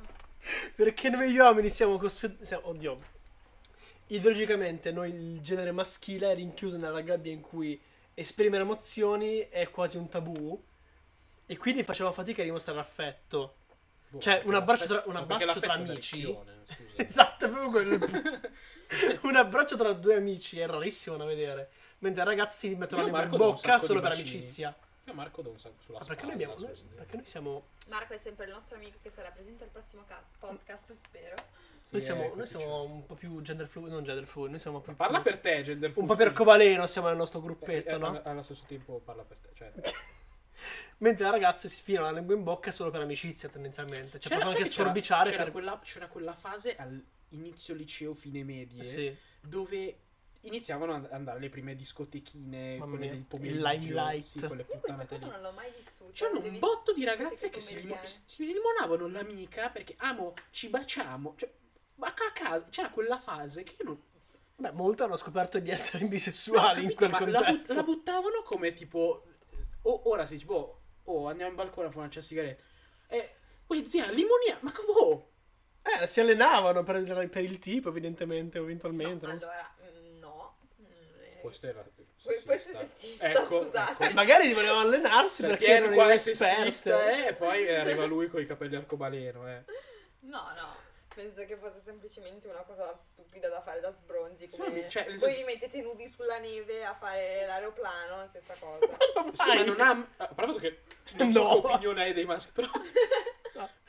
B: Perché noi uomini siamo costretti. siamo- Oddio. Ideologicamente noi il genere maschile è rinchiuso nella gabbia in cui esprimere emozioni è quasi un tabù. E quindi facciamo fatica a dimostrare affetto.
C: Boh,
B: Cioè,
C: perché
B: un abbraccio
C: l'affetto-
B: tra- un
C: ma
B: abbraccio
C: perché
B: tra
C: l'affetto è
B: amici?
C: religione, scusa.
B: Esatto, è proprio quello. il punto. un abbraccio tra due amici è rarissimo da vedere. Mentre i ragazzi si mettono
C: Io
B: la lingua in
C: Marco do un
B: bocca
C: sacco
B: solo
C: di
B: per
C: bacini.
B: amicizia.
C: Io Marco do un sacco sulla
B: Ma
C: spalla.
B: perché noi abbiamo. noi-
C: scusi.
B: perché noi siamo.
A: Marco è sempre il nostro amico che sarà presente al prossimo ca- podcast, spero.
C: Sì,
B: Noi
C: eh,
B: siamo, noi
C: capisci.
B: siamo un po' più gender fluid, non gender fluid, noi siamo più.
C: Parla per te, gender
B: Un
C: fluid,
B: po' per
C: scusi.
B: cobaleno siamo nel nostro
C: Eh,
B: gruppetto,
C: eh,
B: no?
C: Allo allo stesso tempo parla per te. Cioè,
B: Mentre le ragazze si filano la lingua in bocca solo per amicizia, tendenzialmente. Cioè, possono
C: sai
B: anche
C: che c'era-
B: sforbiciare
C: c'era
B: per.
C: quella, c'era quella fase all'inizio liceo, fine medie,
B: Sì,
C: dove iniziavano ad andare le prime discotechine,
B: Mamma
C: quelle
B: mia,
C: del
B: il
C: pomeriggio.
B: Limelight.
C: Sì, quelle
A: Io questa
C: puttanate
A: cosa
C: lì.
A: non l'ho mai vissuta.
C: C'erano un
A: devi-
C: botto di ragazze
A: discoteche
C: che si,
A: pomeridiane.
C: limo- si limonavano l'amica perché, amo, ci baciamo. Cioè, ma a caso, c'era quella fase che io non...
B: beh, molti hanno scoperto di essere
C: No, ho
B: bisessuali in
C: capito,
B: quel
C: ma la but-
B: contesto.
C: La, buttavano come tipo. o- ora si dice, boh, oh, andiamo in balcone a fumarci una sigaretta. E. Poi zia, limonia, ma come. Oh,
B: Eh, si allenavano per, per il tipo, evidentemente, o eventualmente.
A: No,
B: non so.
A: allora, mm, no. Mm, eh,
C: Questo era.
A: Que- Questo è sessista, scusate.
B: Eh, magari volevano allenarsi
C: Cioè,
B: perché
C: Pier
B: erano
C: qua è sessista,
B: esperte.
C: eh, e poi arriva lui con i capelli arcobaleno, eh.
A: No, no. Penso che fosse semplicemente una cosa stupida da fare da sbronzi.
C: Sì,
A: Come...
C: ma- cioè, nel
A: Voi
C: senso-
A: vi mettete nudi sulla neve a fare l'aeroplano, stessa cosa.
C: Sì, ma non ha. A parte il fatto che. Non so
B: No.
C: che opinione hai dei maschi, però.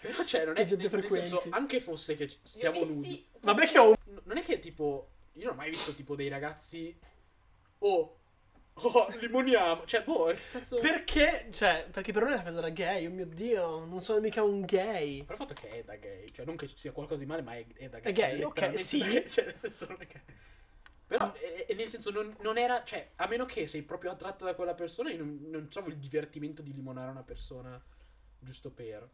C: Però, cioè, non
B: Che
C: è.
B: gente
C: nel senso,
B: frequenti.
C: anche fosse che
A: Li ho
C: stiamo nudi.
A: visti...
B: Vabbè che ho un
C: N- non è che tipo io non ho mai visto tipo dei ragazzi oh oh limoniamo cioè boh che cazzo
B: Perché, cioè, perché per noi è una cosa da gay, oh mio dio, non sono mica un gay.
C: però il fatto che è da gay cioè non che ci sia qualcosa di male ma è, è da
B: È gay,
C: gay Cioè,
B: ok,
C: letteralmente
B: sì. Ah.
C: da gay, cioè nel senso non è che però e- e nel senso non, non era cioè a meno che sei proprio attratto da quella persona io non, non trovo il divertimento di limonare una persona giusto per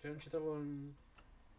C: cioè non ci trovo un-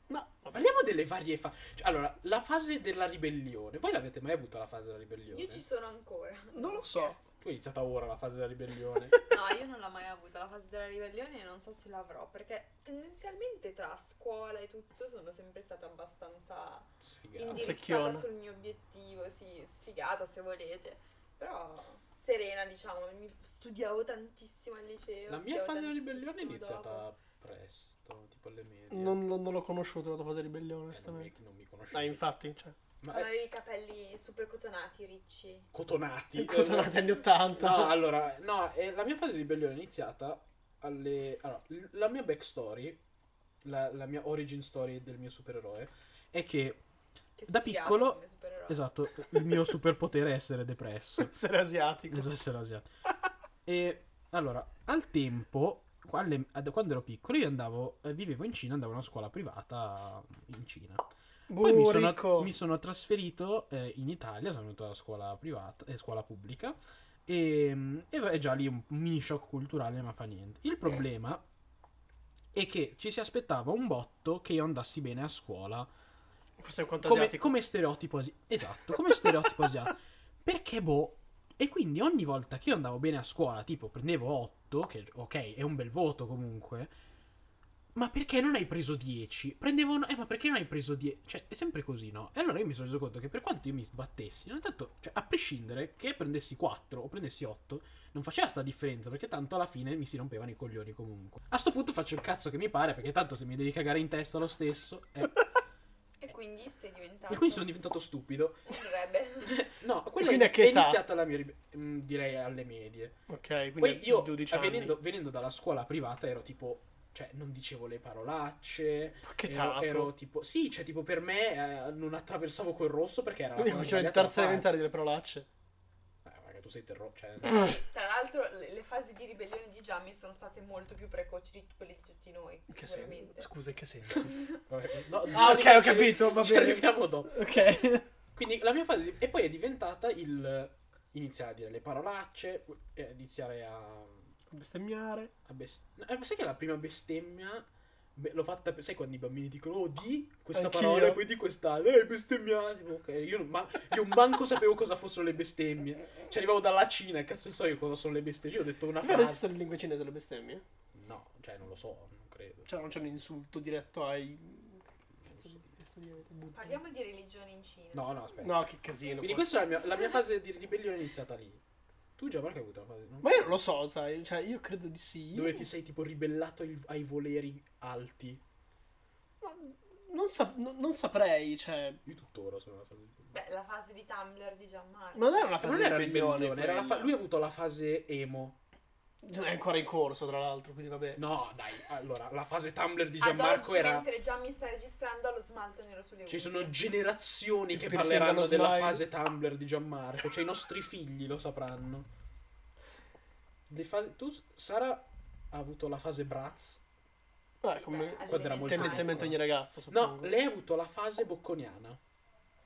B: Ma
C: ma parliamo delle varie fasi allora la fase della ribellione voi l'avete mai avuta la fase della ribellione
A: Io ci sono ancora.
B: Non lo so.
A: Scherzo.
C: Tu hai iniziata ora la fase della ribellione.
A: No, io non l'ho mai avuta la fase della ribellione e non so se l'avrò, perché tendenzialmente tra scuola e tutto sono sempre stata abbastanza
C: Sfigata.
A: indirizzata
B: Secchiona.
A: sul mio obiettivo, sì, sfigata se volete, però serena diciamo, mi studiavo tantissimo al liceo.
C: La mia
A: studiavo
C: fase della ribellione è
A: tantissimo
C: iniziata
A: dopo.
C: presto, tipo alle medie.
B: non, non- non l'ho conosciuto la tua fase di
C: Eh,
B: ribellione,
C: non mi,
B: onestamente.
C: non mi
B: Ah,
C: conoscevo.
B: infatti, cioè,
C: Ma,
A: Quando
C: eh,
A: avevi i capelli super cotonati, ricci.
C: cotonati. eh,
B: tornati anni 80.
C: No, allora, no, eh, la mia fase di ribellione è iniziata alle... Allora, l- la mia backstory, la, la mia origin story del mio supereroe, è che,
A: Che
C: Da
A: soffiato
C: piccolo-
A: come supereroe.
C: esatto, il mio superpotere è essere depresso.
B: Essere asiatico.
C: Esatto, essere asiatico. E allora, al tempo, quale- ad- quando ero piccolo, io andavo, eh, vivevo in Cina, andavo a una scuola privata in Cina. Poi
B: Uh,
C: mi sono,
B: Burico.
C: mi sono trasferito eh, in Italia, sono venuto alla scuola privata, eh, scuola pubblica, ehm, e, e va- è già lì un mini shock culturale, ma fa niente. Il problema e che ci si aspettava un botto che io andassi bene a scuola.
B: Forse è un quanto
C: Come,
B: asiatico.
C: come stereotipo asiatico. Esatto, come stereotipo asiatico. Perché boh. E quindi ogni volta che io andavo bene a scuola, tipo prendevo 8, che ok, è un bel voto comunque. Ma perché non hai preso 10? Prendevo. un- Eh, ma perché non hai preso 10? Cioè, è sempre così, no? E allora io mi sono reso conto che per quanto io mi sbattessi, ogni tanto, cioè, a prescindere che prendessi 4 o prendessi 8, non faceva sta differenza, perché tanto alla fine mi si rompevano i coglioni comunque. A sto punto faccio il cazzo che mi pare, perché tanto se mi devi cagare in testa lo stesso. eh.
A: E quindi sei diventato...
C: E quindi sono diventato stupido.
A: Direbbe.
C: No, quella è,
B: quindi a che
C: è
B: età?
C: iniziata la mia ribe- mm, direi alle medie.
B: Ok, quindi
C: Poi io cioè,
B: 12 anni.
C: venendo, venendo dalla scuola privata ero tipo cioè non dicevo le parolacce,
B: Ma Che
C: ero,
B: tanto.
C: ero tipo sì, cioè tipo per me eh, non attraversavo col rosso perché era la
B: Quindi
C: cosa
B: facevo in
C: sbagliata da
B: terza
C: fare.
B: elementare delle parolacce.
C: Eh, raga, tu sei terro, cioè
A: Tra l'altro le, le fasi di ribellione di Giammi sono state molto più precoci di quelle di tutti noi,
B: In Che senso?
A: sicuramente.
B: Scusa, in che senso?
C: vabbè, no, ci
B: ah, ok,
C: arriviamo-
B: ho capito, va
C: Ci
B: bene.
C: arriviamo dopo.
B: Ok.
C: Quindi la mia fase. E poi è diventata il iniziare a dire le parolacce, eh, iniziare a
B: Bestemmiare.
C: a best- no, eh, ma sai che la prima bestemmia be- l'ho fatta per- sai quando i bambini dicono oh di questa
B: Anch'io.
C: parola e poi di questa eh bestemmia Tipo, ok, io, non- ma- io manco sapevo cosa fossero le bestemmie cioè arrivavo dalla Cina e cazzo ne so io cosa sono le bestemmie io ho detto una
B: Davvero
C: frase
B: esistono in lingua cinese le bestemmie?
C: no cioè non lo so non credo
B: Cioè, non c'è un insulto diretto ai.
C: Non
B: Cazzo
C: so.
B: di- cazzo di- buddha.
A: Parliamo di religione in Cina.
C: no no aspetta
B: No, che casino.
C: quindi
B: qua.
C: questa è la mia, la mia fase di ribellione è iniziata lì tu già perché hai avuto una fase non-
B: Ma io non lo so, sai, cioè, io credo di sì.
C: dove ti sei tipo ribellato ai, ai voleri alti
B: Ma non, sa- non- non saprei, cioè.
C: io tuttora sono una fase di
A: Beh, la fase di Tumblr di Gianmarco.
B: Ma non era una
C: Ma
B: fase
C: non
B: di
C: era
B: ribellione,
C: ribellione, era la fa-
B: quella.
C: lui ha avuto la fase emo
B: Cioè, È ancora in corso, tra l'altro, quindi vabbè.
C: No, dai, allora, la fase Tumblr di
A: Ad
C: Gianmarco
A: oggi,
C: era...
A: mentre Gianni sta registrando, ha lo smalto nero sulle unghie.
C: Ci sono generazioni
B: Il
C: che
B: piercing
C: parleranno
B: allo
C: della
B: smile.
C: fase Tumblr di Gianmarco, cioè i nostri figli lo sapranno. Le fasi... Tu, Sara, ha avuto la fase Bratz?
B: Ah, è come
A: Beh,
C: quando era molto
B: tendenzialmente ogni
C: piccola.
B: ragazza,
C: No,
B: suppongo.
C: lei ha avuto la fase bocconiana.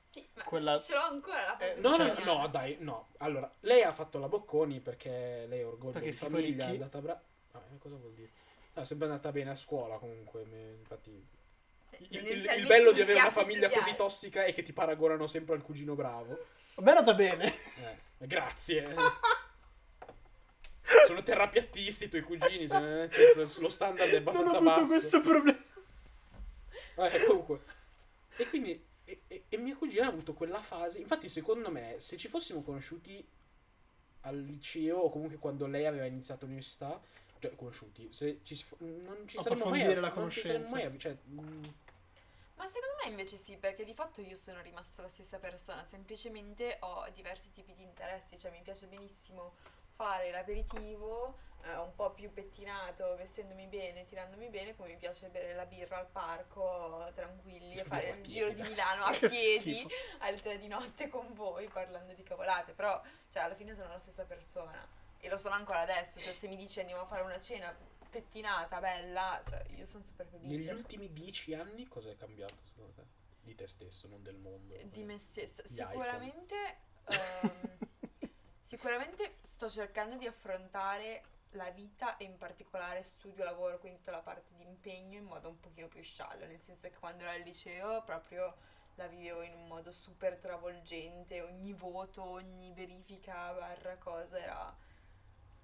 A: Sì, ma
B: Quella-
A: ce l'ho ancora la fase
B: Eh,
A: di
C: No, no,
A: Gianmarco.
C: no, no, dai, no. Allora, lei ha fatto la Bocconi perché lei è orgoglio
B: Perché
C: di
B: si fa
C: famiglia, è
B: ricchi.
C: andata bra... Ah, cosa vuol dire? No, è sempre andata bene a scuola comunque, me- infatti Il- Il, il
A: Tendenzialmente
C: bello
A: mi
C: di avere una
A: piace
C: famiglia così
A: studiare.
C: tossica è che ti paragonano sempre al cugino bravo.
B: Vabbè, è andata bene.
C: Eh, grazie. Sono terrapiattisti i tuoi cugini. cioè, nel senso, lo standard è
B: Esatto. non ho
C: abbastanza
B: avuto
C: basso.
B: questo problema.
C: Eh, comunque. E quindi. E, e- e mia cugina ha avuto quella fase. Infatti, secondo me, se ci fossimo conosciuti al liceo o comunque quando lei aveva iniziato l'università, cioè conosciuti, se ci si fo- non ci saremmo mai,
B: Approfondire la
C: non ci saremmo
B: conoscenza.
C: mai- cioè, mm,
A: Ma secondo me invece sì, perché di fatto io sono rimasta la stessa persona, semplicemente ho diversi tipi di interessi, cioè mi piace benissimo fare l'aperitivo, eh, un po' più pettinato, vestendomi bene, tirandomi bene, come mi piace bere la birra al parco, tranquilli, e fare
C: Birra
A: il
C: a
A: giro
C: piedi.
A: di Milano a
B: Che
A: piedi
B: schifo.
A: alle tre di notte con voi parlando di cavolate, però cioè, alla fine sono la stessa persona e lo sono ancora adesso, cioè se mi dici andiamo a fare una cena pettinata, bella, cioè io sono super felice.
C: negli ultimi dieci anni cosa è cambiato secondo te? Di te stesso, non del mondo.
A: di me stessa.
C: Gli
A: Sicuramente, ehm, sicuramente sto cercando di affrontare la vita e in particolare studio, lavoro, quindi tutta la parte di impegno in modo un pochino più sciallo, nel senso che quando ero al liceo proprio la vivevo in un modo super travolgente, ogni voto, ogni verifica, barra cosa era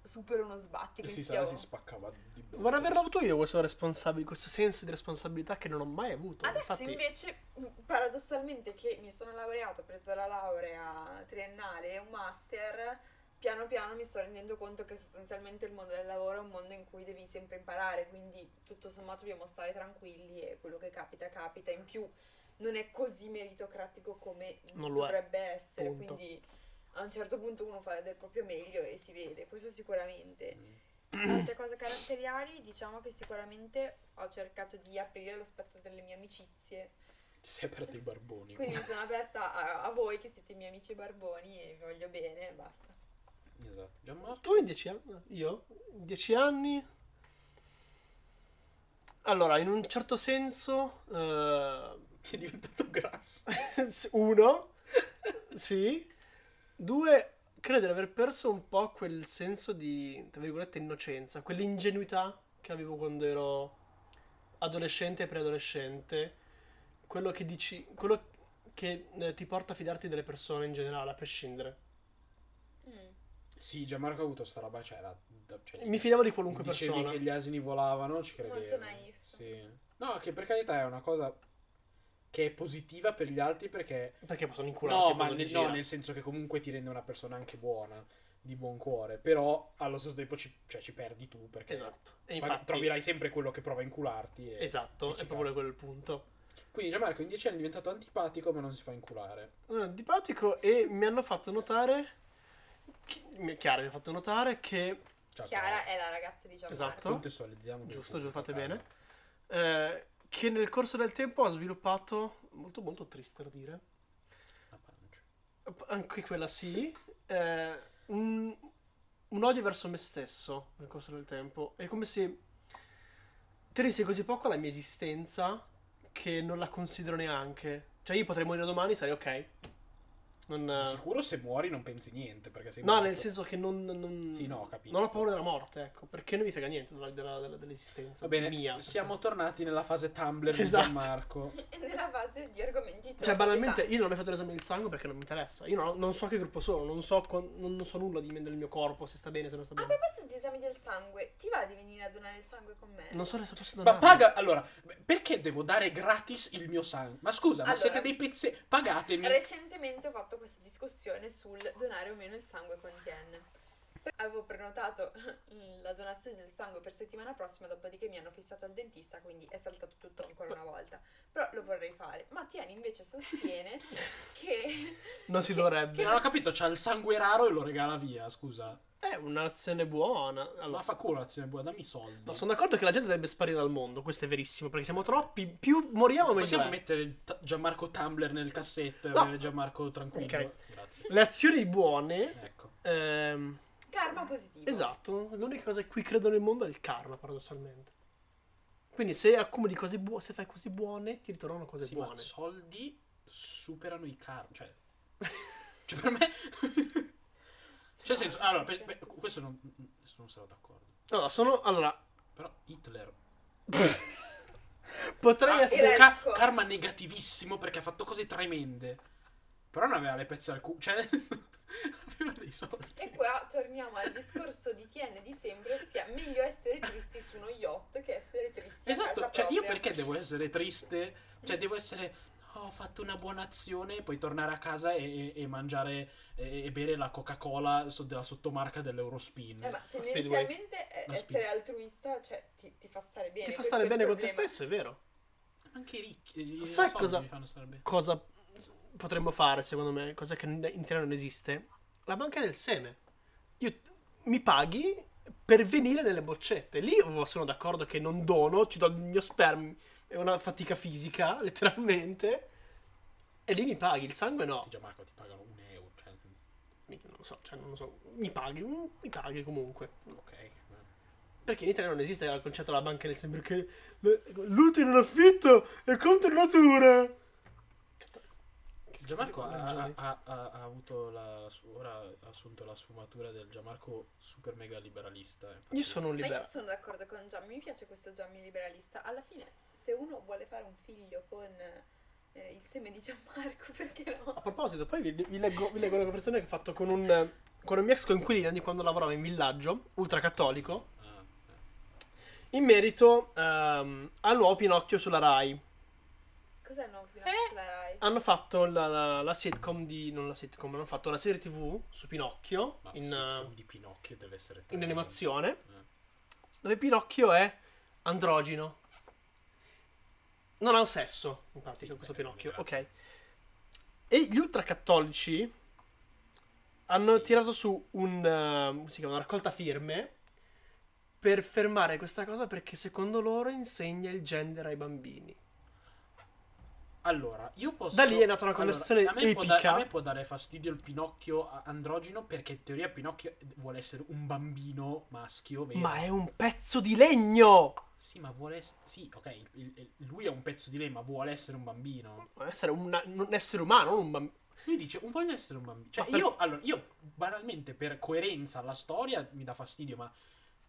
A: super uno sbatti.
C: Eh
A: quindi
C: sì, Sara
A: stavo-
C: si spaccava di bello.
B: Vorrei averlo avuto io questo, responsabile, questo senso di responsabilità che non ho mai avuto.
A: Adesso
B: Infatti,
A: invece, mh, paradossalmente, che mi sono laureato, ho preso la laurea triennale e un master, piano piano mi sto rendendo conto che sostanzialmente il mondo del lavoro è un mondo in cui devi sempre imparare, quindi tutto sommato dobbiamo stare tranquilli e quello che capita capita. In più non è così meritocratico come
B: Non lo è,
A: dovrebbe essere,
B: punto.
A: quindi a un certo punto uno fa del proprio meglio e si vede, questo sicuramente.
C: Mm.
A: Altre cose caratteriali, diciamo che sicuramente ho cercato di aprire lo spettro delle mie amicizie.
C: Ti sei aperto i barboni.
A: Quindi mi sono aperta a, a voi che siete i miei amici barboni e vi voglio bene, basta.
C: Esatto. Gianmarco?
B: Tu in dieci anni? Io? In dieci anni? Allora, in un certo senso, eh,
C: Sei diventato grasso.
B: uno, sì, due, credo di aver perso un po' quel senso di, tra virgolette, innocenza, quell'ingenuità che avevo quando ero adolescente e preadolescente, quello che dici, quello che eh, ti porta a fidarti delle persone in generale, a prescindere.
A: Mm.
C: Sì, Gianmarco ha avuto sta roba, cioè, era, da- cioè,
B: Mi fidavo di qualunque
C: dicevi
B: persona.
C: che gli asini volavano, ci credevo.
A: Molto naif.
C: Sì. No, che per carità è una cosa che è positiva per gli altri perché
B: Perché possono incularti
C: No, ma
B: quando
C: nel,
B: ti
C: no,
B: gira.
C: nel senso che comunque ti rende una persona anche buona, di buon cuore, però allo stesso tempo ci, cioè, ci perdi tu perché
B: Esatto. E
C: ma
B: infatti
C: troverai sempre quello che prova a incularti. E...
B: Esatto,
C: e ci
B: è proprio
C: casca.
B: quello il punto.
C: Quindi Gianmarco in dieci anni è diventato antipatico ma non si fa inculare.
B: Eh, Antipatico e mi hanno fatto notare chi- mi- Chiara mi ha fatto notare che
C: Ciao,
A: Chiara eh, è la ragazza diciamo, di Gianmarco.
B: Esatto.
C: Contestualizziamo. Ah,
B: Giusto, giusto, fate bene. eh, che nel corso del tempo ha sviluppato molto molto triste da dire
C: La pancia.
B: anche quella sì, eh, un, un odio verso me stesso nel corso del tempo. È come se tenesse così poco alla mia esistenza che non la considero neanche. Cioè io potrei morire domani, sarei ok. Non,
C: Di
B: eh,
C: Sicuro se muori non pensi niente perché sei
B: no,
C: morto.
B: nel senso che non... non-
C: Sì, no, ho capito.
B: Non ho paura della morte, ecco, perché non mi frega niente della- della- della- dell'esistenza
C: Va bene,
B: mia.
C: siamo tornati nella fase Tumblr
B: Esatto.
C: di Gianmarco.
A: E nella fase di argomenti
B: Cioè,
A: troppo
B: banalmente,
A: pesanti.
B: io non ho fatto l'esame del sangue perché non mi interessa. Io non, non so che gruppo sono, non so, con- non non so nulla di me- del mio corpo, se sta bene, se non sta
A: A
B: bene.
A: proposito di esami del sangue, ti va di venire a donare il sangue con me?
B: Non so adesso posso
C: Ma
B: donare.
C: paga, allora, perché devo dare gratis il mio sangue? Ma scusa, ma
A: Allora.
C: siete dei pezzi, pagatemi.
A: Recentemente ho fatto questa discussione sul donare o meno il sangue con Tien. Avevo prenotato la donazione del sangue per settimana prossima, dopodiché mi hanno fissato al dentista, quindi è saltato tutto ancora una volta. Però lo vorrei fare. Ma Tien invece sostiene che
B: Non si dovrebbe.
C: Che non ho capito, c'ha il sangue raro e lo regala via, scusa.
B: È un'azione buona. Allora,
C: Ma fa culo l'azione buona, dammi i soldi.
B: no, sono d'accordo che la gente dovrebbe sparire dal mondo, questo è verissimo, perché siamo troppi, più moriamo meglio
C: Possiamo
B: è.
C: mettere il T- Gianmarco Tumblr nel cassetto e
B: eh. No.
C: avere Gianmarco tranquillo?
B: Ok.
C: Grazie.
B: Le azioni buone...
C: Ecco.
B: ehm,
A: karma positivo.
B: esatto, l'unica cosa in cui credo nel mondo è il karma, paradossalmente. Quindi se accumuli cose buone, se fai cose buone, ti ritornano cose
C: Sì, ma
B: buone.
C: soldi superano i carri. Cioè, cioè per me... cioè, nel senso, allora, per- per- questo non, non sarò d'accordo.
B: Allora, sono... Allora,
C: Però Hitler...
B: potrei
C: Ah,
B: essere...
A: era-
C: ca-
A: ricco.
C: karma negativissimo perché ha fatto cose tremende. Però non aveva le pezze al culo. Cioè, aveva dei soldi.
A: E qua torniamo al discorso di Tien di sempre, ossia meglio essere tristi su uno yacht che essere tristi a
C: Esatto,
A: casa
C: cioè io
A: propria.
C: perché devo essere triste? Cioè devo essere, "Oh, ho fatto una buona azione, e poi tornare a casa e, e- e mangiare e, e bere la Coca-Cola so- della sottomarca dell'Eurospin.
A: Eh, ma
B: Speedway.
A: tendenzialmente eh,
C: Ma
A: essere
C: Speed-
A: altruista cioè, ti, ti fa stare bene.
B: Ti fa
A: questo è
B: stare
A: il
B: bene con te
A: problema.
B: stesso, è vero.
C: Ma Anche i ricchi, i
B: Sai
C: soldi
B: cosa-
C: mi fanno stare bene.
B: cosa potremmo fare, secondo me, cosa che in in teoria non esiste, la banca del seme. Io, mi paghi per venire nelle boccette. Lì io sono d'accordo che non dono, ci do il mio sperm, è una fatica fisica, letteralmente. E lì mi paghi, il sangue no.
C: Sì, Gianmarco ti pagano un euro. Cioè,
B: Mica, Non lo so, cioè, non lo so. Mi paghi, mm, mi paghi comunque.
C: ok.
B: Perché in Italia non esiste il concetto della banca del seme, perché l- l'utile in affitto è contro natura. Che schifo
C: Gianmarco
B: di
C: ha,
B: mangiare.
C: ha- ha- ha avuto la, su- ora ha assunto la sfumatura del Gianmarco super mega liberalista. eh, infatti.
B: Io sono un
A: Ma io
B: libero.
A: sono d'accordo con Gianni, mi piace questo Gianni liberalista. Alla fine, se uno vuole fare un figlio con eh, il seme di Gianmarco, perché
B: A
A: no?
B: proposito, poi vi, vi leggo, vi leggo una conversazione che ho fatto con un, con un mio ex coinquilino di quando lavorava in villaggio, ultracattolico,
C: Ah, eh.
B: in merito ehm, al nuovo Pinocchio sulla Rai.
A: Cos'è il nuovo Pinocchio sulla Rai?
B: Hanno fatto la, la- la sitcom di... non la sitcom, hanno fatto la serie tv su Pinocchio,
C: Ma
B: in,
C: il sitcom
B: eh,
C: di Pinocchio deve essere
B: in
C: tremendo.
B: animazione,
C: Eh.
B: dove Pinocchio è androgino. Non ha un sesso, in pratica,
C: Sì,
B: questo
C: beh,
B: Pinocchio.
C: grazie.
B: Ok. E gli ultracattolici hanno
C: Sì.
B: tirato su un, eh, come si chiama, una raccolta firme per fermare questa cosa perché secondo loro insegna il gender ai bambini.
C: Allora, io posso...
B: Da lì è nata una
C: Allora,
B: connessione
C: a me può da-
B: epica.
C: a me può dare fastidio il Pinocchio a- androgino perché in teoria Pinocchio vuole essere un bambino maschio, vero?
B: Ma è un pezzo di legno!
C: Sì, ma vuole... es- Sì, ok, il- il- lui è un pezzo di lei, ma vuole essere un bambino.
B: Ma essere una- un essere umano, non un bambino.
C: Lui dice, "Un- voglio essere un bambino. Cioè,
B: Ma per-
C: io, allora, io banalmente per coerenza alla storia mi dà fastidio, ma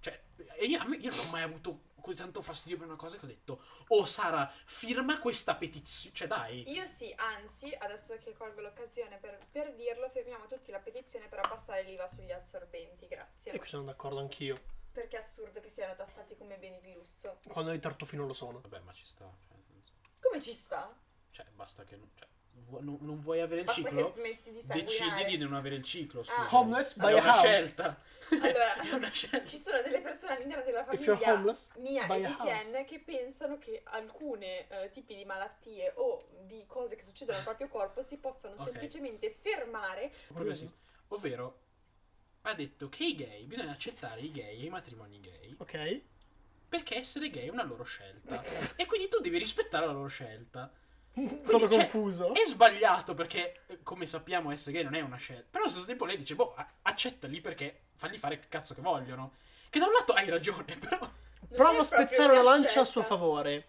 C: Cioè, e io, a me- io non ho mai avuto così tanto fastidio per una cosa che ho detto, oh Sara, firma questa petizione. Cioè, dai.
A: Io sì, anzi, adesso che colgo l'occasione per, per dirlo, firmiamo tutti la petizione per abbassare l'IVA sugli assorbenti,
B: E
A: grazie.
B: qui sono d'accordo anch'io.
A: Perché è assurdo che siano tassati come beni di lusso.
B: Quando i tartufino lo sono.
C: Vabbè, ma ci sta. Cioè, nel senso-
A: Come ci sta?
C: cioè, basta che. non- cioè, vu- non, non vuoi avere il
A: Basta che
C: ciclo?
A: smetti di sanguinare.
C: Decidi di non avere il ciclo. Scusa.
A: Ah.
B: Homeless by
C: è una
B: house.
C: scelta.
A: Allora,
C: è una scelta.
A: Ci sono delle persone all'interno della
B: If you're
A: famiglia
B: homeless,
A: mia
B: buy
A: e
B: a
A: di Tien
B: house.
A: che pensano che alcune eh, tipi di malattie o di cose che succedono al proprio corpo si possano
C: Ok.
A: semplicemente fermare.
C: Progressista. Ovvero, ha detto che i gay bisogna accettare i gay e i matrimoni gay
B: Ok?
C: perché essere gay è una loro scelta. e quindi tu devi rispettare la loro scelta.
B: sono
C: cioè,
B: confuso.
C: È sbagliato perché, eh, come sappiamo, essere gay non è una scelta. Però allo stesso tempo lei dice, boh, a- accettali perché fagli fare il cazzo che vogliono. Che da un lato hai ragione, però...
A: Non è
B: Provo a
A: proprio
B: spezzare una lancia a suo
A: scelta.
B: favore.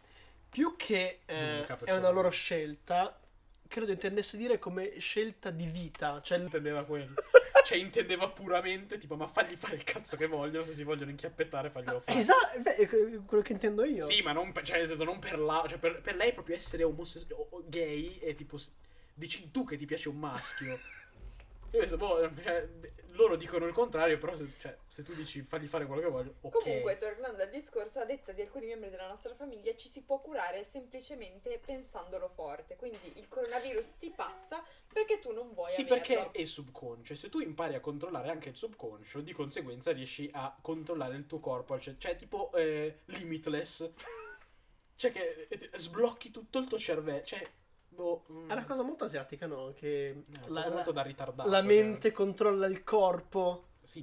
B: Più che eh,
C: L'unica
B: è
C: persona.
B: una loro scelta, credo intendesse dire come scelta di vita. Cioè,
C: Intendeva quello. Cioè, intendeva puramente, tipo, ma fagli fare il cazzo che vogliono, se si vogliono inchiappettare, faglielo fare.
B: esatto, beh, è quello che intendo io.
C: Sì, ma non per, cioè, nel senso, non per la... Cioè, per, per lei proprio essere omosessuale, gay, è tipo... s- Dici tu che ti piace un maschio. Io penso, boh, cioè, loro dicono il contrario, però se, cioè, se tu dici fagli fare quello che voglio, ok.
A: Comunque, tornando al discorso, a detta di alcuni membri della nostra famiglia, ci si può curare semplicemente pensandolo forte. Quindi il coronavirus ti passa perché tu non vuoi
C: Sì,
A: averlo.
C: perché è subconscio. E se tu impari a controllare anche il subconscio, di conseguenza riesci a controllare il tuo corpo. al cen- Cioè, tipo eh, limitless. cioè, che eh, eh, sblocchi tutto il tuo cervello. Cioè, boh, mm,
B: È una cosa molto asiatica, no? Che
C: è
B: la,
C: una Eh, cosa
B: la-
C: molto da ritardato.
B: la
C: cioè.
B: mente controlla il corpo.
C: Sì,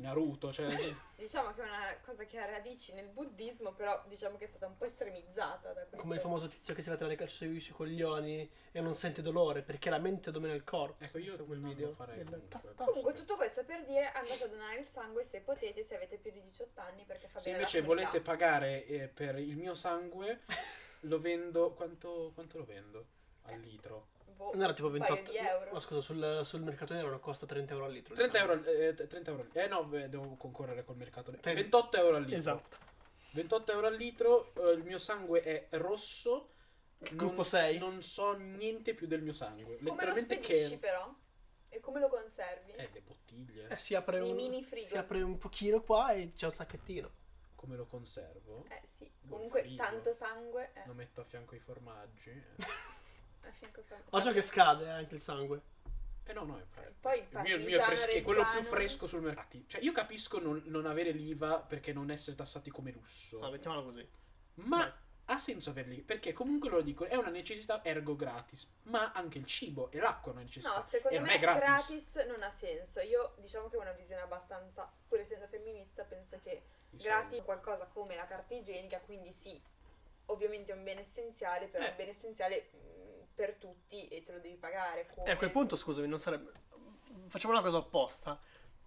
C: Naruto. Cioè,
A: Sì, diciamo che è una cosa che ha radici nel buddismo, però diciamo che è stata un po' estremizzata da questo.
B: Come il famoso tizio che si va a tirare calcio sui, sui coglioni e non sente dolore perché la mente domina il corpo.
C: Ecco, io
B: Questo è quel
C: non lo
B: video
C: farei
B: del
C: comunque.
B: ta- ta-
A: Comunque tutto questo per dire andate a donare il sangue se potete, se avete più di 18 anni perché fa
C: se
A: bene alla
C: invece
A: comunità.
C: volete pagare eh, per il mio sangue, lo vendo. Quanto, quanto lo vendo? Al litro.
B: Eh,
A: Boh,
B: Non era tipo
A: un paio
B: 28
A: di euro.
B: No, scusa, sul, sul mercato nero costa 30 euro al litro.
C: 30
B: diciamo.
C: euro, al- eh, 30 euro. al- Eh no, beh, devo concorrere col mercato.
B: Tre-
C: 28 euro al litro.
B: Esatto.
C: 28 euro al litro, eh, il mio sangue è rosso.
B: Che
C: non-
B: gruppo sei?
C: Non so niente più del mio sangue.
A: Come lo
C: Letteralmente
A: spedisci
C: che...
A: però? E come lo conservi?
C: Eh, le bottiglie.
B: Eh, si apre
A: Nei
B: un,
A: mini Certo. frigo.
B: si apre un pochino qua e c'è un sacchettino.
C: Come lo conservo?
A: Eh, sì,
C: Buon
A: comunque
C: frigo.
A: tanto sangue eh,
C: Lo metto a fianco ai formaggi.
A: a fianco fa-
B: Oggi che scade anche il sangue.
C: Eh no, no, è
A: Eh, poi il
C: il mio, il mio è,
A: parmigiano
C: fresco, è quello più
A: reggiano.
C: fresco sul mercato. Cioè, io capisco non, non avere l'IVA perché non essere tassati come lusso.
B: Ah, mettiamola così. Vai.
C: Ma ha senso averli perché comunque loro dicono è una necessità ergo gratis, ma anche il cibo e l'acqua è una necessità.
A: No,
C: e
A: secondo
C: non
A: me
C: è gratis.
A: non ha senso. Io diciamo che ho una visione abbastanza, pur essendo femminista, penso che
C: Di
A: gratis qualcosa come la carta igienica, quindi sì, ovviamente è un bene essenziale, però è
C: Eh.
A: un bene essenziale mh, per tutti e te lo devi
C: Eh,
A: pagare. Come...
B: E a quel punto, scusami, non sarebbe. Facciamo una cosa opposta.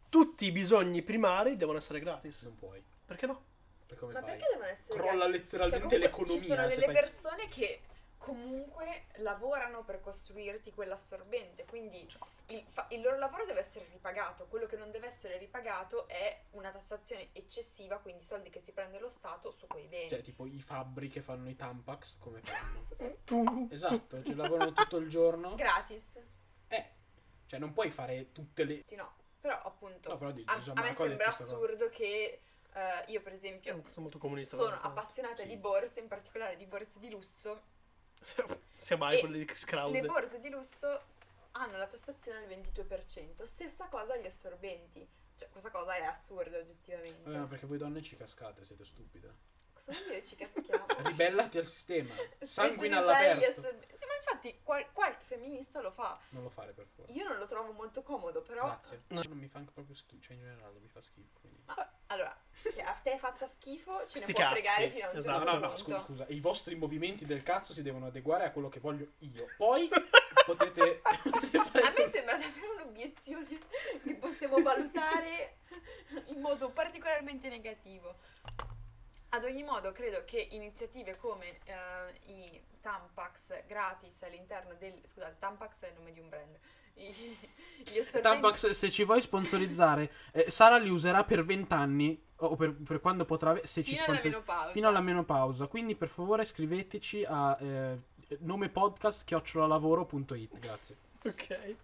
B: Tutti i bisogni primari devono essere gratis.
C: Non puoi.
B: Perché no?
C: Per come
A: Ma
C: fai?
A: perché devono essere
C: Crolla
A: gratis? Cioè,
C: letteralmente
A: comunque
C: l'economia.
A: Ci sono
C: se
A: delle
C: fai-
A: persone che comunque lavorano per costruirti quell'assorbente, quindi
C: Esatto.
A: il, fa- il loro lavoro deve essere ripagato, quello che non deve essere ripagato è una tassazione eccessiva, quindi soldi che si prende lo Stato su quei beni.
C: Cioè, tipo i fabbri che fanno i Tampax, come fanno?
B: Tu.
C: esatto, cioè lavorano tutto il giorno.
A: Gratis?
C: eh, cioè non puoi fare tutte le...
A: Sì, No, però appunto
C: No, però di-
A: a,
C: diciamo,
A: a me
C: una cosa
A: sembra
C: è questa cosa.
A: assurdo che eh, io per
B: È una
A: esempio
B: cosa molto comunista.
A: sono
B: però.
A: appassionata
C: Sì.
A: di borse, in particolare di borse di lusso,
B: Se- Se mai
A: E
B: quelle di Scrause.
A: Le borse di lusso hanno la tassazione al 22%, stessa cosa agli assorbenti. Cioè, questa cosa è assurda oggettivamente.
C: Vabbè, ma Eh, perché voi donne ci cascate, siete stupide.
A: Cosa vuol dire ci caschiamo?
C: Ribellati al sistema.
A: Smetti di
C: Sanguina
A: usare gli
C: all'aperto.
A: assorbenti. Sì, Ma infatti qual- qualche femminista lo fa.
C: Non lo fare per favore.
A: Io non lo trovo molto comodo, però...
C: Grazie.
B: No.
C: Non mi fa anche proprio schifo, cioè in generale mi fa schifo. Quindi...
A: Allora, che a te faccia schifo, ce
B: Sti
A: ne può
B: cazzi,
A: fregare fino a un
B: esatto.
C: No,
A: certo
C: no, no,
A: punto.
C: scusa, scusa. I vostri movimenti del cazzo si devono adeguare a quello che voglio io. Poi potete, potete fare...
A: A me sembra davvero un'obiezione che possiamo valutare in modo particolarmente negativo. Ad ogni modo, credo che iniziative come eh, i Tampax gratis all'interno del... Scusate, Tampax è il nome di un brand. I- gli assorbenti-
C: Tampax, se ci vuoi sponsorizzare, eh, Sara li userà per 20 anni o per, per quando potrà. ave- Se ci
A: Fino alla
C: sponsor-
A: menopausa.
C: fino alla menopausa. Quindi, per favore, scriveteci a eh, nomepodcast@lavoro.it. Grazie.
B: Ok.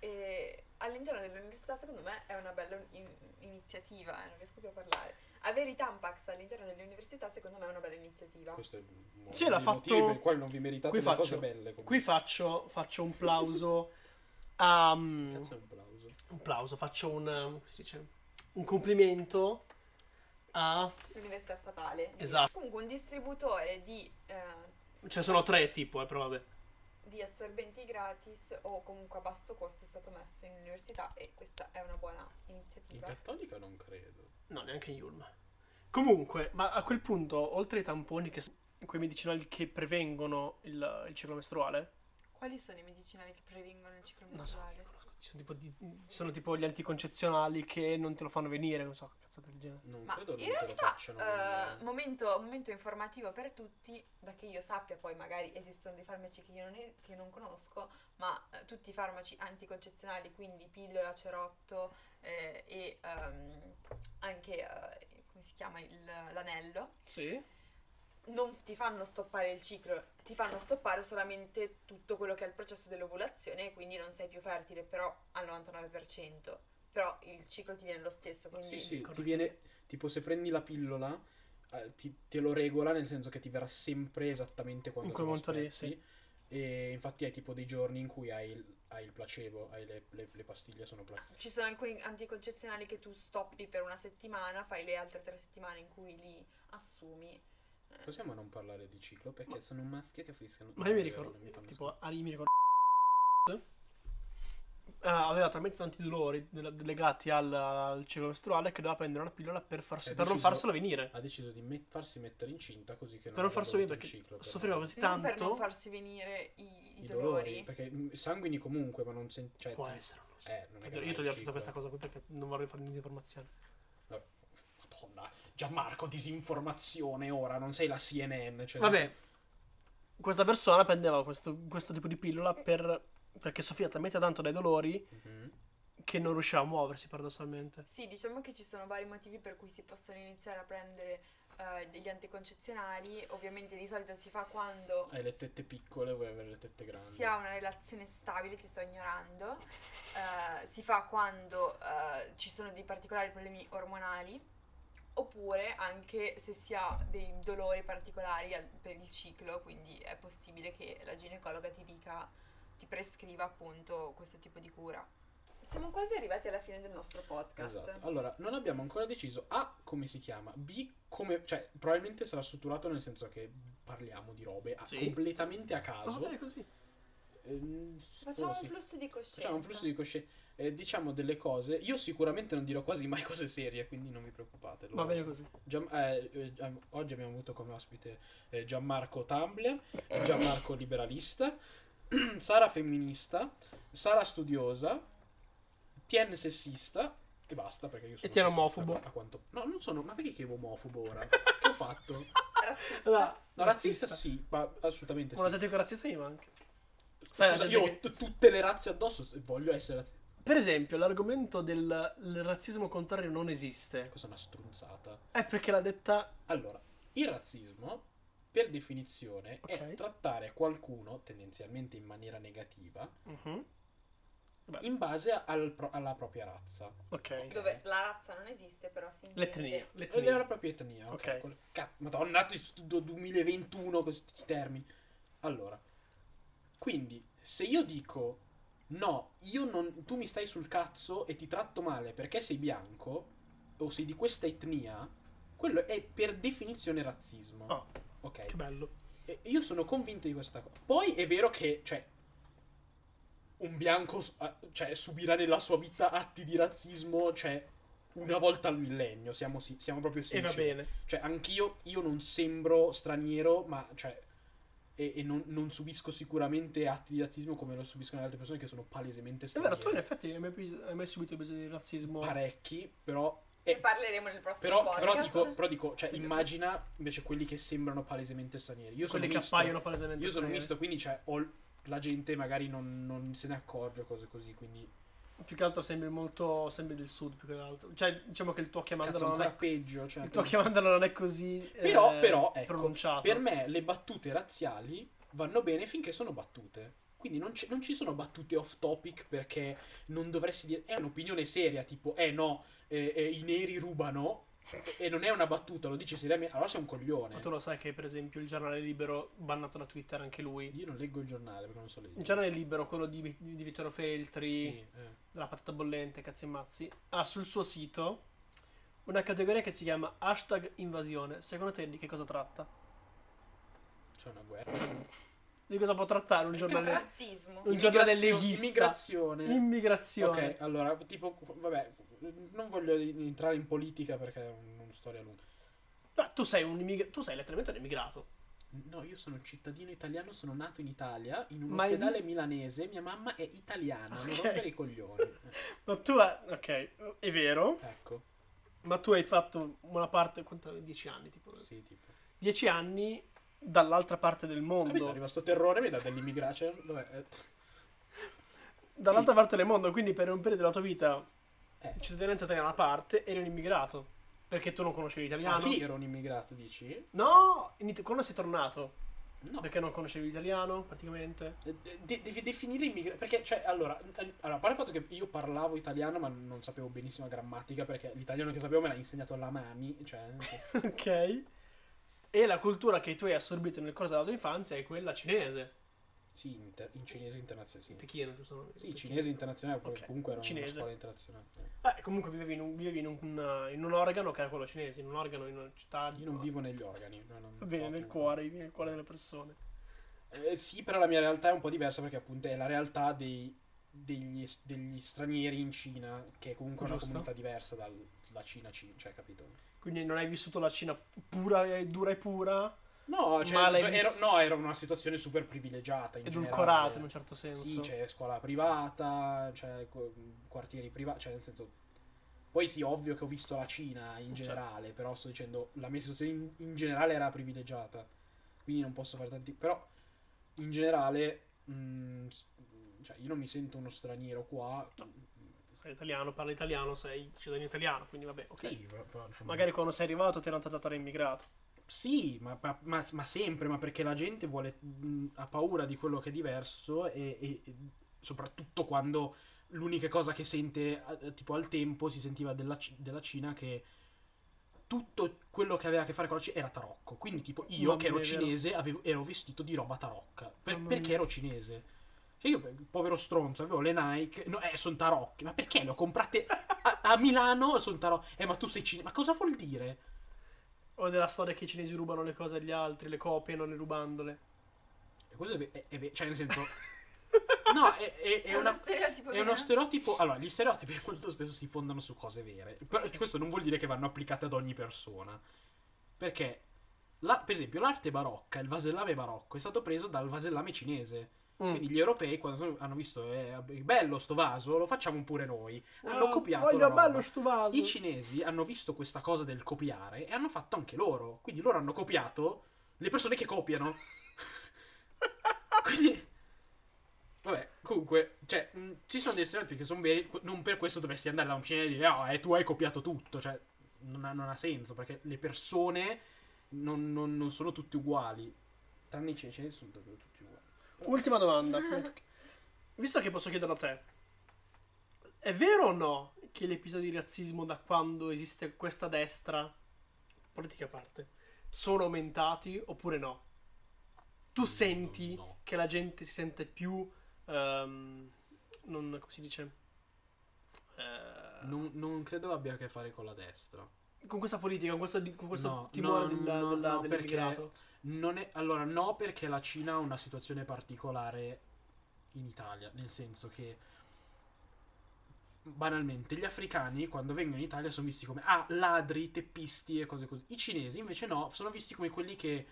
A: E all'interno dell'università, secondo me, è una bella in- iniziativa, eh, non riesco più a parlare. Avere i Tampax all'interno dell'università, secondo me, è una bella iniziativa.
C: Questo è uno
B: Sì, l'ha
C: dei motivi
B: fatto-
C: per i quali non vi meritate
B: qui
C: le
B: faccio-
C: cose belle. comunque.
B: Qui faccio, faccio un plauso a... mm,
C: Cazzo, è un plauso.
B: un plauso, faccio un, um, come si dice, un complimento a...
A: L'università statale.
C: Eh,
B: Esatto.
A: Comunque, un distributore di, eh,
B: Ce ne sono tre tipo, eh, però vabbè.
A: di assorbenti gratis o comunque a basso costo è stato messo in università e questa è una buona
C: In
A: iniziativa.
C: cattolica non credo.
B: No, neanche in Yulm. Comunque, ma a quel punto, oltre ai tamponi, che, s- quei medicinali che prevengono il, il ciclo mestruale,
A: Quali sono i medicinali che prevengono il ciclo
B: non so,
A: mestruale?
B: non conosco, ci sono, tipo di- ci sono tipo gli anticoncezionali che non te lo fanno venire, non so, cazzate del genere.
C: Non
A: Ma
C: credo non
A: in
C: te lo
A: realtà,
C: facciano.
A: eh,
C: venire.
A: momento, momento informativo per tutti, da che io sappia, poi magari esistono dei farmaci che io non, e- che non conosco, ma eh, tutti i farmaci anticoncezionali, quindi pillola, cerotto eh, e ehm, anche, eh, come si chiama, il- l'anello,
B: Sì?
A: non ti fanno stoppare il ciclo, ti fanno stoppare solamente tutto quello che è il processo dell'ovulazione e quindi non sei più fertile, però al 99%. Però il ciclo ti viene lo stesso, quindi
C: Sì, sì, ti
B: corretto.
C: viene tipo se prendi la pillola eh, ti, te lo regola nel senso che ti verrà sempre esattamente quando
B: In quel
C: te
B: momento
C: lo
B: lì,
C: aspetti. E infatti hai tipo dei giorni in cui hai il, hai il placebo, hai le, le- le pastiglie sono placebo.
A: Ci sono alcuni anticoncezionali che tu stoppi per una settimana, fai le altre tre settimane in cui li assumi. Eh,
C: Possiamo non parlare di ciclo perché
B: Ma-
C: sono maschi che fischiano.
B: Ma io mi
C: No,
B: ricordo,
C: non Eh, mi fanno
B: tipo, ah, io mi ricordo... ah, aveva talmente tanti dolori della- legati al, al ciclo mestruale che doveva prendere una pillola per, farsi-
C: È
B: per non
C: deciso-
B: farsela venire.
C: Ha deciso di met- farsi mettere incinta così che non
B: Per non
C: avrebbe
B: farsi venire
C: avuto il
B: perché
C: ciclo, per-
B: soffriva così
A: Eh, non per
B: tanto-
A: non farsi venire i, i
C: i dolori.
A: dolori.
C: Perché mh, sanguini comunque, ma non sen- cioè,
B: Può
C: ti-
B: essere, non lo so.
C: Eh, non è che non hai
B: Io
C: il
B: toglierò
C: ciclo.
B: tutta questa cosa qui perché non vorrei fare disinformazione.
C: Vabbè. Madonna, Gianmarco, disinformazione ora, non sei la CNN. Cioè,
B: Vabbè, questa persona prendeva questo, questo tipo di pillola per, perché soffriva talmente tanto dai dolori
C: Mhm.
B: che non riusciva a muoversi paradossalmente.
A: Sì, diciamo che ci sono vari motivi per cui si possono iniziare a prendere eh, degli anticoncezionali. Ovviamente di solito si fa quando
C: Hai le tette piccole, vuoi avere le tette grandi.
A: si ha una relazione stabile, ti sto ignorando. eh, si fa quando eh, ci sono dei particolari problemi ormonali, oppure anche se si ha dei dolori particolari al- per il ciclo, quindi è possibile che la ginecologa ti dica, ti prescriva appunto questo tipo di cura. Siamo quasi arrivati alla fine del nostro podcast.
C: Esatto. Allora, non abbiamo ancora deciso A come si chiama, B come... cioè probabilmente sarà strutturato nel senso che parliamo di robe a-
B: Sì.
C: completamente a
B: Ma va
C: caso.
B: bene così.
C: Ehm,
A: Facciamo
C: sì.
A: un flusso di coscienza.
C: Facciamo un flusso di coscienza. Eh, diciamo delle cose. Io sicuramente non dirò quasi mai cose serie, quindi non vi preoccupate. lo-
B: Va bene così.
C: Gian- eh, eh, Gian- oggi abbiamo avuto come ospite eh, Gianmarco Tumblr, Gianmarco liberalista, Sara femminista, Sara studiosa, Tien sessista e basta perché io sono
B: E Tien
C: sessista,
B: omofobo.
C: a quanto- No, non sono, ma perché che omofobo ora? che ho fatto?
A: Razzista.
B: Allora,
C: No, razzista, sì, ma assolutamente
B: Una
C: Eh sì.
B: sette razzista mi manca. sai, la
C: Scusa,
B: gente
C: io
B: che-
C: ho t- tutte le razze addosso, se voglio essere razzista.
B: Per esempio, l'argomento del il razzismo contrario non esiste.
C: Cosa una strunzata.
B: È perché l'ha detta.
C: Allora, il razzismo, per definizione, è
B: Ok.
C: trattare qualcuno, tendenzialmente in maniera negativa,
B: Mhm.
C: in base al pro- alla propria razza.
B: Ok. Eh,
A: Dove la razza non esiste, però si intende.
B: L'etnia.
C: Quella è la
B: L'etnia.
C: propria etnia. Ok.
B: Ok.
C: Quel- ca- Madonna, ti studio 2021 con questi termini. Allora, quindi, se io dico no, io non, tu mi stai sul cazzo e ti tratto male perché sei bianco o sei di questa etnia, quello è per definizione razzismo.
B: Oh.
C: Ok.
B: Che bello.
C: E io sono convinto di questa cosa. Poi è vero che, cioè, un bianco s- ah, cioè, subirà nella sua vita atti di razzismo, cioè, una volta al millennio, siamo, si- siamo proprio
B: E va
C: sinceri.
B: bene.
C: Cioè, anch'io io non sembro straniero, ma, cioè, e, e non, non subisco sicuramente atti di razzismo come lo subiscono le altre persone che sono palesemente
B: È
C: straniere.
B: vero, tu in effetti hai mai, hai mai subito bisogno di razzismo.
C: Parecchi, però...
A: Ne
C: Eh,
A: parleremo nel prossimo
C: Però, però
A: podcast.
C: dico, però dico, cioè,
B: Sì,
C: immagina invece quelli che sembrano palesemente stranieri. Io sono
B: quelli che
C: misto.
B: appaiono palesemente
C: Io sono
B: stranieri.
C: misto, quindi cioè, ho l- la gente magari non, non se ne accorge o cose così, quindi
B: Più che altro sembri molto. Sembri del sud più che altro. Cioè, diciamo che il tuo
C: cazzo
B: chiamandolo non
C: ancora
B: è.
C: peggio. Cioè,
B: Il tuo chiamandolo non è così.
C: Però,
B: eh,
C: però, ecco,
B: pronunciato.
C: per me le battute razziali vanno bene finché sono battute. Quindi non, c- non ci sono battute off topic perché non dovresti dire... È un'opinione seria, tipo, eh no, eh, eh, i neri rubano. E e non è una battuta, lo dici seriamente, allora sei un coglione.
B: Ma tu lo sai che, per esempio, il giornale libero, bannato da Twitter anche lui.
C: Io non leggo il giornale perché non so leggere.
B: Il giornale libero, quello di, di Vittorio Feltri.
C: Sì, eh.
B: la patata bollente, cazzi e mazzi, ha sul suo sito una categoria che si chiama hashtag invasione. Secondo te di che cosa tratta?
C: c'è una guerra.
B: Di cosa può trattare un
A: Cazzo,
B: giornale?
A: razzismo.
B: Un giornale
C: Immigrazio-
B: leghista.
C: Immigrazione.
B: Immigrazione.
C: Ok, allora, tipo, vabbè, non voglio entrare in politica perché è un- una storia lunga.
B: Ma tu sei un immigra- tu sei letteralmente un immigrato.
C: No, io sono un cittadino italiano, sono nato in Italia, in un
B: Ma hai
C: ospedale milanese, mia mamma è italiana, non
B: Ok.
C: rompere i coglioni. Eh,
B: Ma tu hai... Ok, è vero,
C: Ecco,
B: ma tu hai fatto una parte... Quanto? Dieci anni, tipo.
C: sì, tipo.
B: Dieci anni dall'altra parte del
C: Capito,
B: mondo.
C: arriva sto terrore, mi dà dell'immigrazione. Vabbè, eh,
B: dall'altra parte del mondo, quindi per un periodo della tua vita
C: eh.
B: cittadinanza italiana a parte eri un immigrato. Perché tu non conoscevi
C: Ah,
B: l'italiano.
C: lì ero un immigrato, dici?
B: No, in It- quando sei tornato?
C: No. Eh,
B: Perché non conoscevi l'italiano, praticamente?
C: De- de- devi definire immigrato perché cioè allora, eh, allora, a parte il fatto che io parlavo italiano ma non sapevo benissimo la grammatica perché l'italiano che sapevo me l'ha insegnato la mami cioè
B: ok. E la cultura che tu hai assorbito nel corso della tua infanzia è quella cinese.
C: sì inter- in cinese internazionale sì,
B: Pechino, giusto?
C: Sì, cinese internazionale perché
B: Ok,
C: comunque era
B: cinese.
C: una scuola internazionale
B: Eh, comunque vivevi in un, vivevi in un- in un organo che era quello cinese, in un organo, in una città.
C: io non vivo negli organi no, non
B: Va bene,
C: so
B: nel
C: come-
B: cuore, vivi nel cuore delle persone.
C: Eh, sì però la mia realtà è un po' diversa perché appunto è la realtà dei- degli, degli stranieri in Cina che è comunque
B: Giusto.
C: una comunità diversa dalla Cina Cina cioè capito
B: Quindi non hai vissuto la Cina pura e dura e pura,
C: No, cioè,
B: Ma
C: nel senso,
B: l'hai
C: era,
B: viss-
C: no, era una situazione super privilegiata. In
B: edulcorata in
C: generale.
B: un certo senso.
C: Sì, cioè, c'è scuola privata, c'è qu- quartieri privati, cioè nel senso... Poi sì, ovvio che ho visto la Cina in
B: Certo.
C: generale, però sto dicendo la mia situazione in, in generale era privilegiata, quindi non posso fare tanti... Però in generale, mh, s- cioè, io non mi sento uno straniero qua.
B: Sei italiano, parli italiano, sei cittadino italiano, quindi vabbè, ok.
C: Sì, cioè, va- va-
B: Magari quando sei arrivato ti hanno trattato da immigrato.
C: Sì, ma, ma- ma- ma sempre, ma perché la gente vuole, mh, ha paura di quello che è diverso e, e- e soprattutto quando l'unica cosa che sente, eh, tipo al tempo, si sentiva della, Ci- della Cina che tutto quello che aveva a che fare con la Cina era tarocco. Quindi tipo io
B: Mamma
C: che ero
B: mia, è vero.
C: cinese avevo- ero vestito di roba tarocca. Per-
B: Mamma
C: perché
B: mia.
C: ero cinese? Cioè io, povero stronzo, avevo le Nike, no, eh, sono tarocchi, ma perché le ho comprate a, a Milano? Sono tarocchi. Eh, ma tu sei cinese, ma cosa vuol dire?
B: O della storia che i cinesi rubano le cose agli altri, le copiano le rubandole.
C: E Questo è, ve- è- è ve- cioè nel senso... No, è, è- è
A: È
C: una-
A: uno stereotipo
C: è uno
A: vero?
C: stereotipo... Allora, gli stereotipi molto spesso si fondano su cose vere. Però questo non vuol dire che vanno applicate ad ogni persona. Perché, la- per esempio, l'arte barocca, il vasellame barocco, è stato preso dal vasellame cinese.
B: Mm.
C: Quindi gli europei, quando sono- hanno visto, eh, è bello sto vaso, lo facciamo pure noi. Hanno copiato la
B: Ah, Voglio
C: roba.
B: bello sto vaso.
C: I cinesi hanno visto questa cosa del copiare e hanno fatto anche loro. Quindi loro hanno copiato le persone che copiano. Quindi. Vabbè, comunque, cioè, mh, ci sono dei stereotipi che sono veri, qu- non per questo dovresti andare da un cinese e dire, oh, eh, tu hai copiato tutto, cioè, non ha, non ha senso, perché le persone non, non- non sono tutte uguali, tranne i cin- cinesi sono davvero tutti uguali.
B: Ultima domanda. Visto che posso chiederlo a te. È vero o no che l'episodio di razzismo da quando esiste questa destra, politica a parte, sono aumentati oppure no? Tu
C: No,
B: senti
C: no.
B: che la gente si sente più... ehm, non, come si dice? Eh,
C: Non, non credo abbia a che fare con la destra.
B: Con questa politica, con questo, con questo
C: No,
B: timore
C: no,
B: della-
C: no,
B: della-
C: no, perché-
B: dell'immigrato.
C: Non è, allora, no, perché la Cina ha una situazione particolare in Italia, nel senso che banalmente gli africani quando vengono in Italia sono visti come ah, ladri, teppisti e cose così. I cinesi invece no, sono visti come quelli che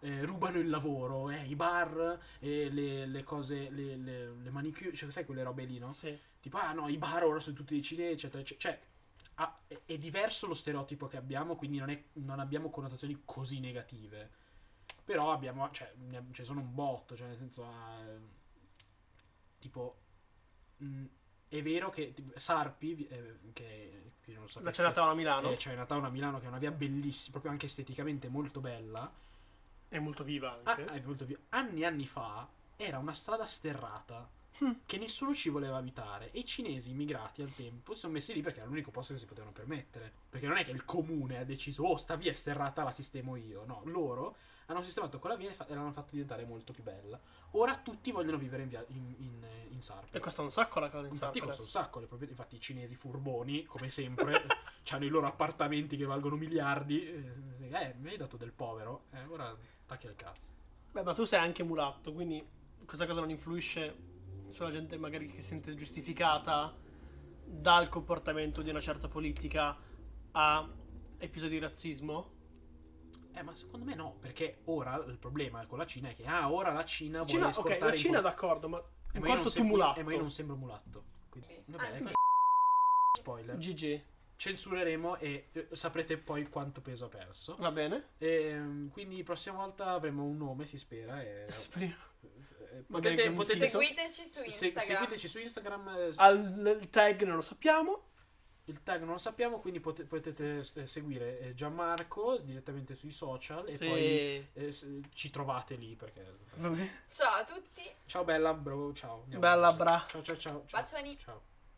C: eh, rubano il lavoro, eh, i bar, eh, le, le cose, le, le, le manicure, cioè, sai quelle robe lì, no?
B: Sì.
C: Tipo, ah no, i bar ora sono tutti dei cinesi, eccetera, eccetera. Cioè, ha- è- è diverso lo stereotipo che abbiamo, quindi non, è- non abbiamo connotazioni così negative. Però abbiamo, cioè, ne ab- ce ne sono un botto, cioè nel senso, eh, tipo, mh, è vero che tipo, Sarpi, vi- eh, che, che non lo
B: La
C: sapesse,
B: Chinatown a Milano
C: eh, Chinatown a Milano, che è una via bellissima, proprio anche esteticamente molto bella,
B: è molto viva
C: Ah,
B: anche.
C: è venuto via. Anni e anni fa era una strada sterrata
B: Hmm.
C: che nessuno ci voleva abitare e i cinesi immigrati al tempo si sono messi lì perché era l'unico posto che si potevano permettere. Perché non è che il comune ha deciso "Oh, sta via è sterrata, la sistemo io". No, loro hanno sistemato quella via e fa- e l'hanno fatta diventare molto più bella. Ora tutti vogliono vivere in via- in, in, in Sarpi.
B: E costa un sacco eh. la casa in
C: Infatti
B: Sarpi
C: costa un
B: adesso.
C: sacco, le proprietà- infatti i cinesi furboni, come sempre, hanno i loro appartamenti che valgono miliardi. Eh, eh, mi hai dato del povero, eh, ora tacchi al cazzo.
B: Beh, ma tu sei anche mulatto, quindi questa cosa non influisce sulla gente magari che si sente giustificata dal comportamento di una certa politica a episodi di razzismo?
C: Eh, ma secondo me no, perché ora il problema con la Cina è che ah, ora la Cina vuole
B: Cina, ok,
C: esportare
B: la
C: in
B: Cina
C: Pol-
B: d'accordo, ma
C: Eh,
B: in
C: ma io non
B: quanto tu
C: sem-
B: mulatto.
C: Eh, ma io non sembro mulatto. Quindi, vabbè,
A: Eh, Anzi.
C: questo è spoiler.
B: GG,
C: Censureremo e eh, saprete poi quanto peso ha perso.
B: va bene?
C: Ehm, quindi prossima volta avremo un nome, si spera. E...
B: Speriamo.
C: eh,
B: Magari anche
C: potete,
B: un Ah.
C: potete
B: senso.
A: Seguiteci su
C: se-
A: Instagram.
C: seguiteci su Instagram. eh, s-
B: Al il tag non lo sappiamo.
C: Il tag non lo sappiamo, quindi pote- potete eh, seguire eh, Gianmarco direttamente sui social.
B: se...
C: E poi eh, s- ci trovate lì perché
B: Va bene.
A: Ciao a tutti,
C: Ciao bella bro, ciao. Andiamo.
B: Bella bra.
C: Ciao ciao ciao. ciao.
A: bacioni.
C: Ciao.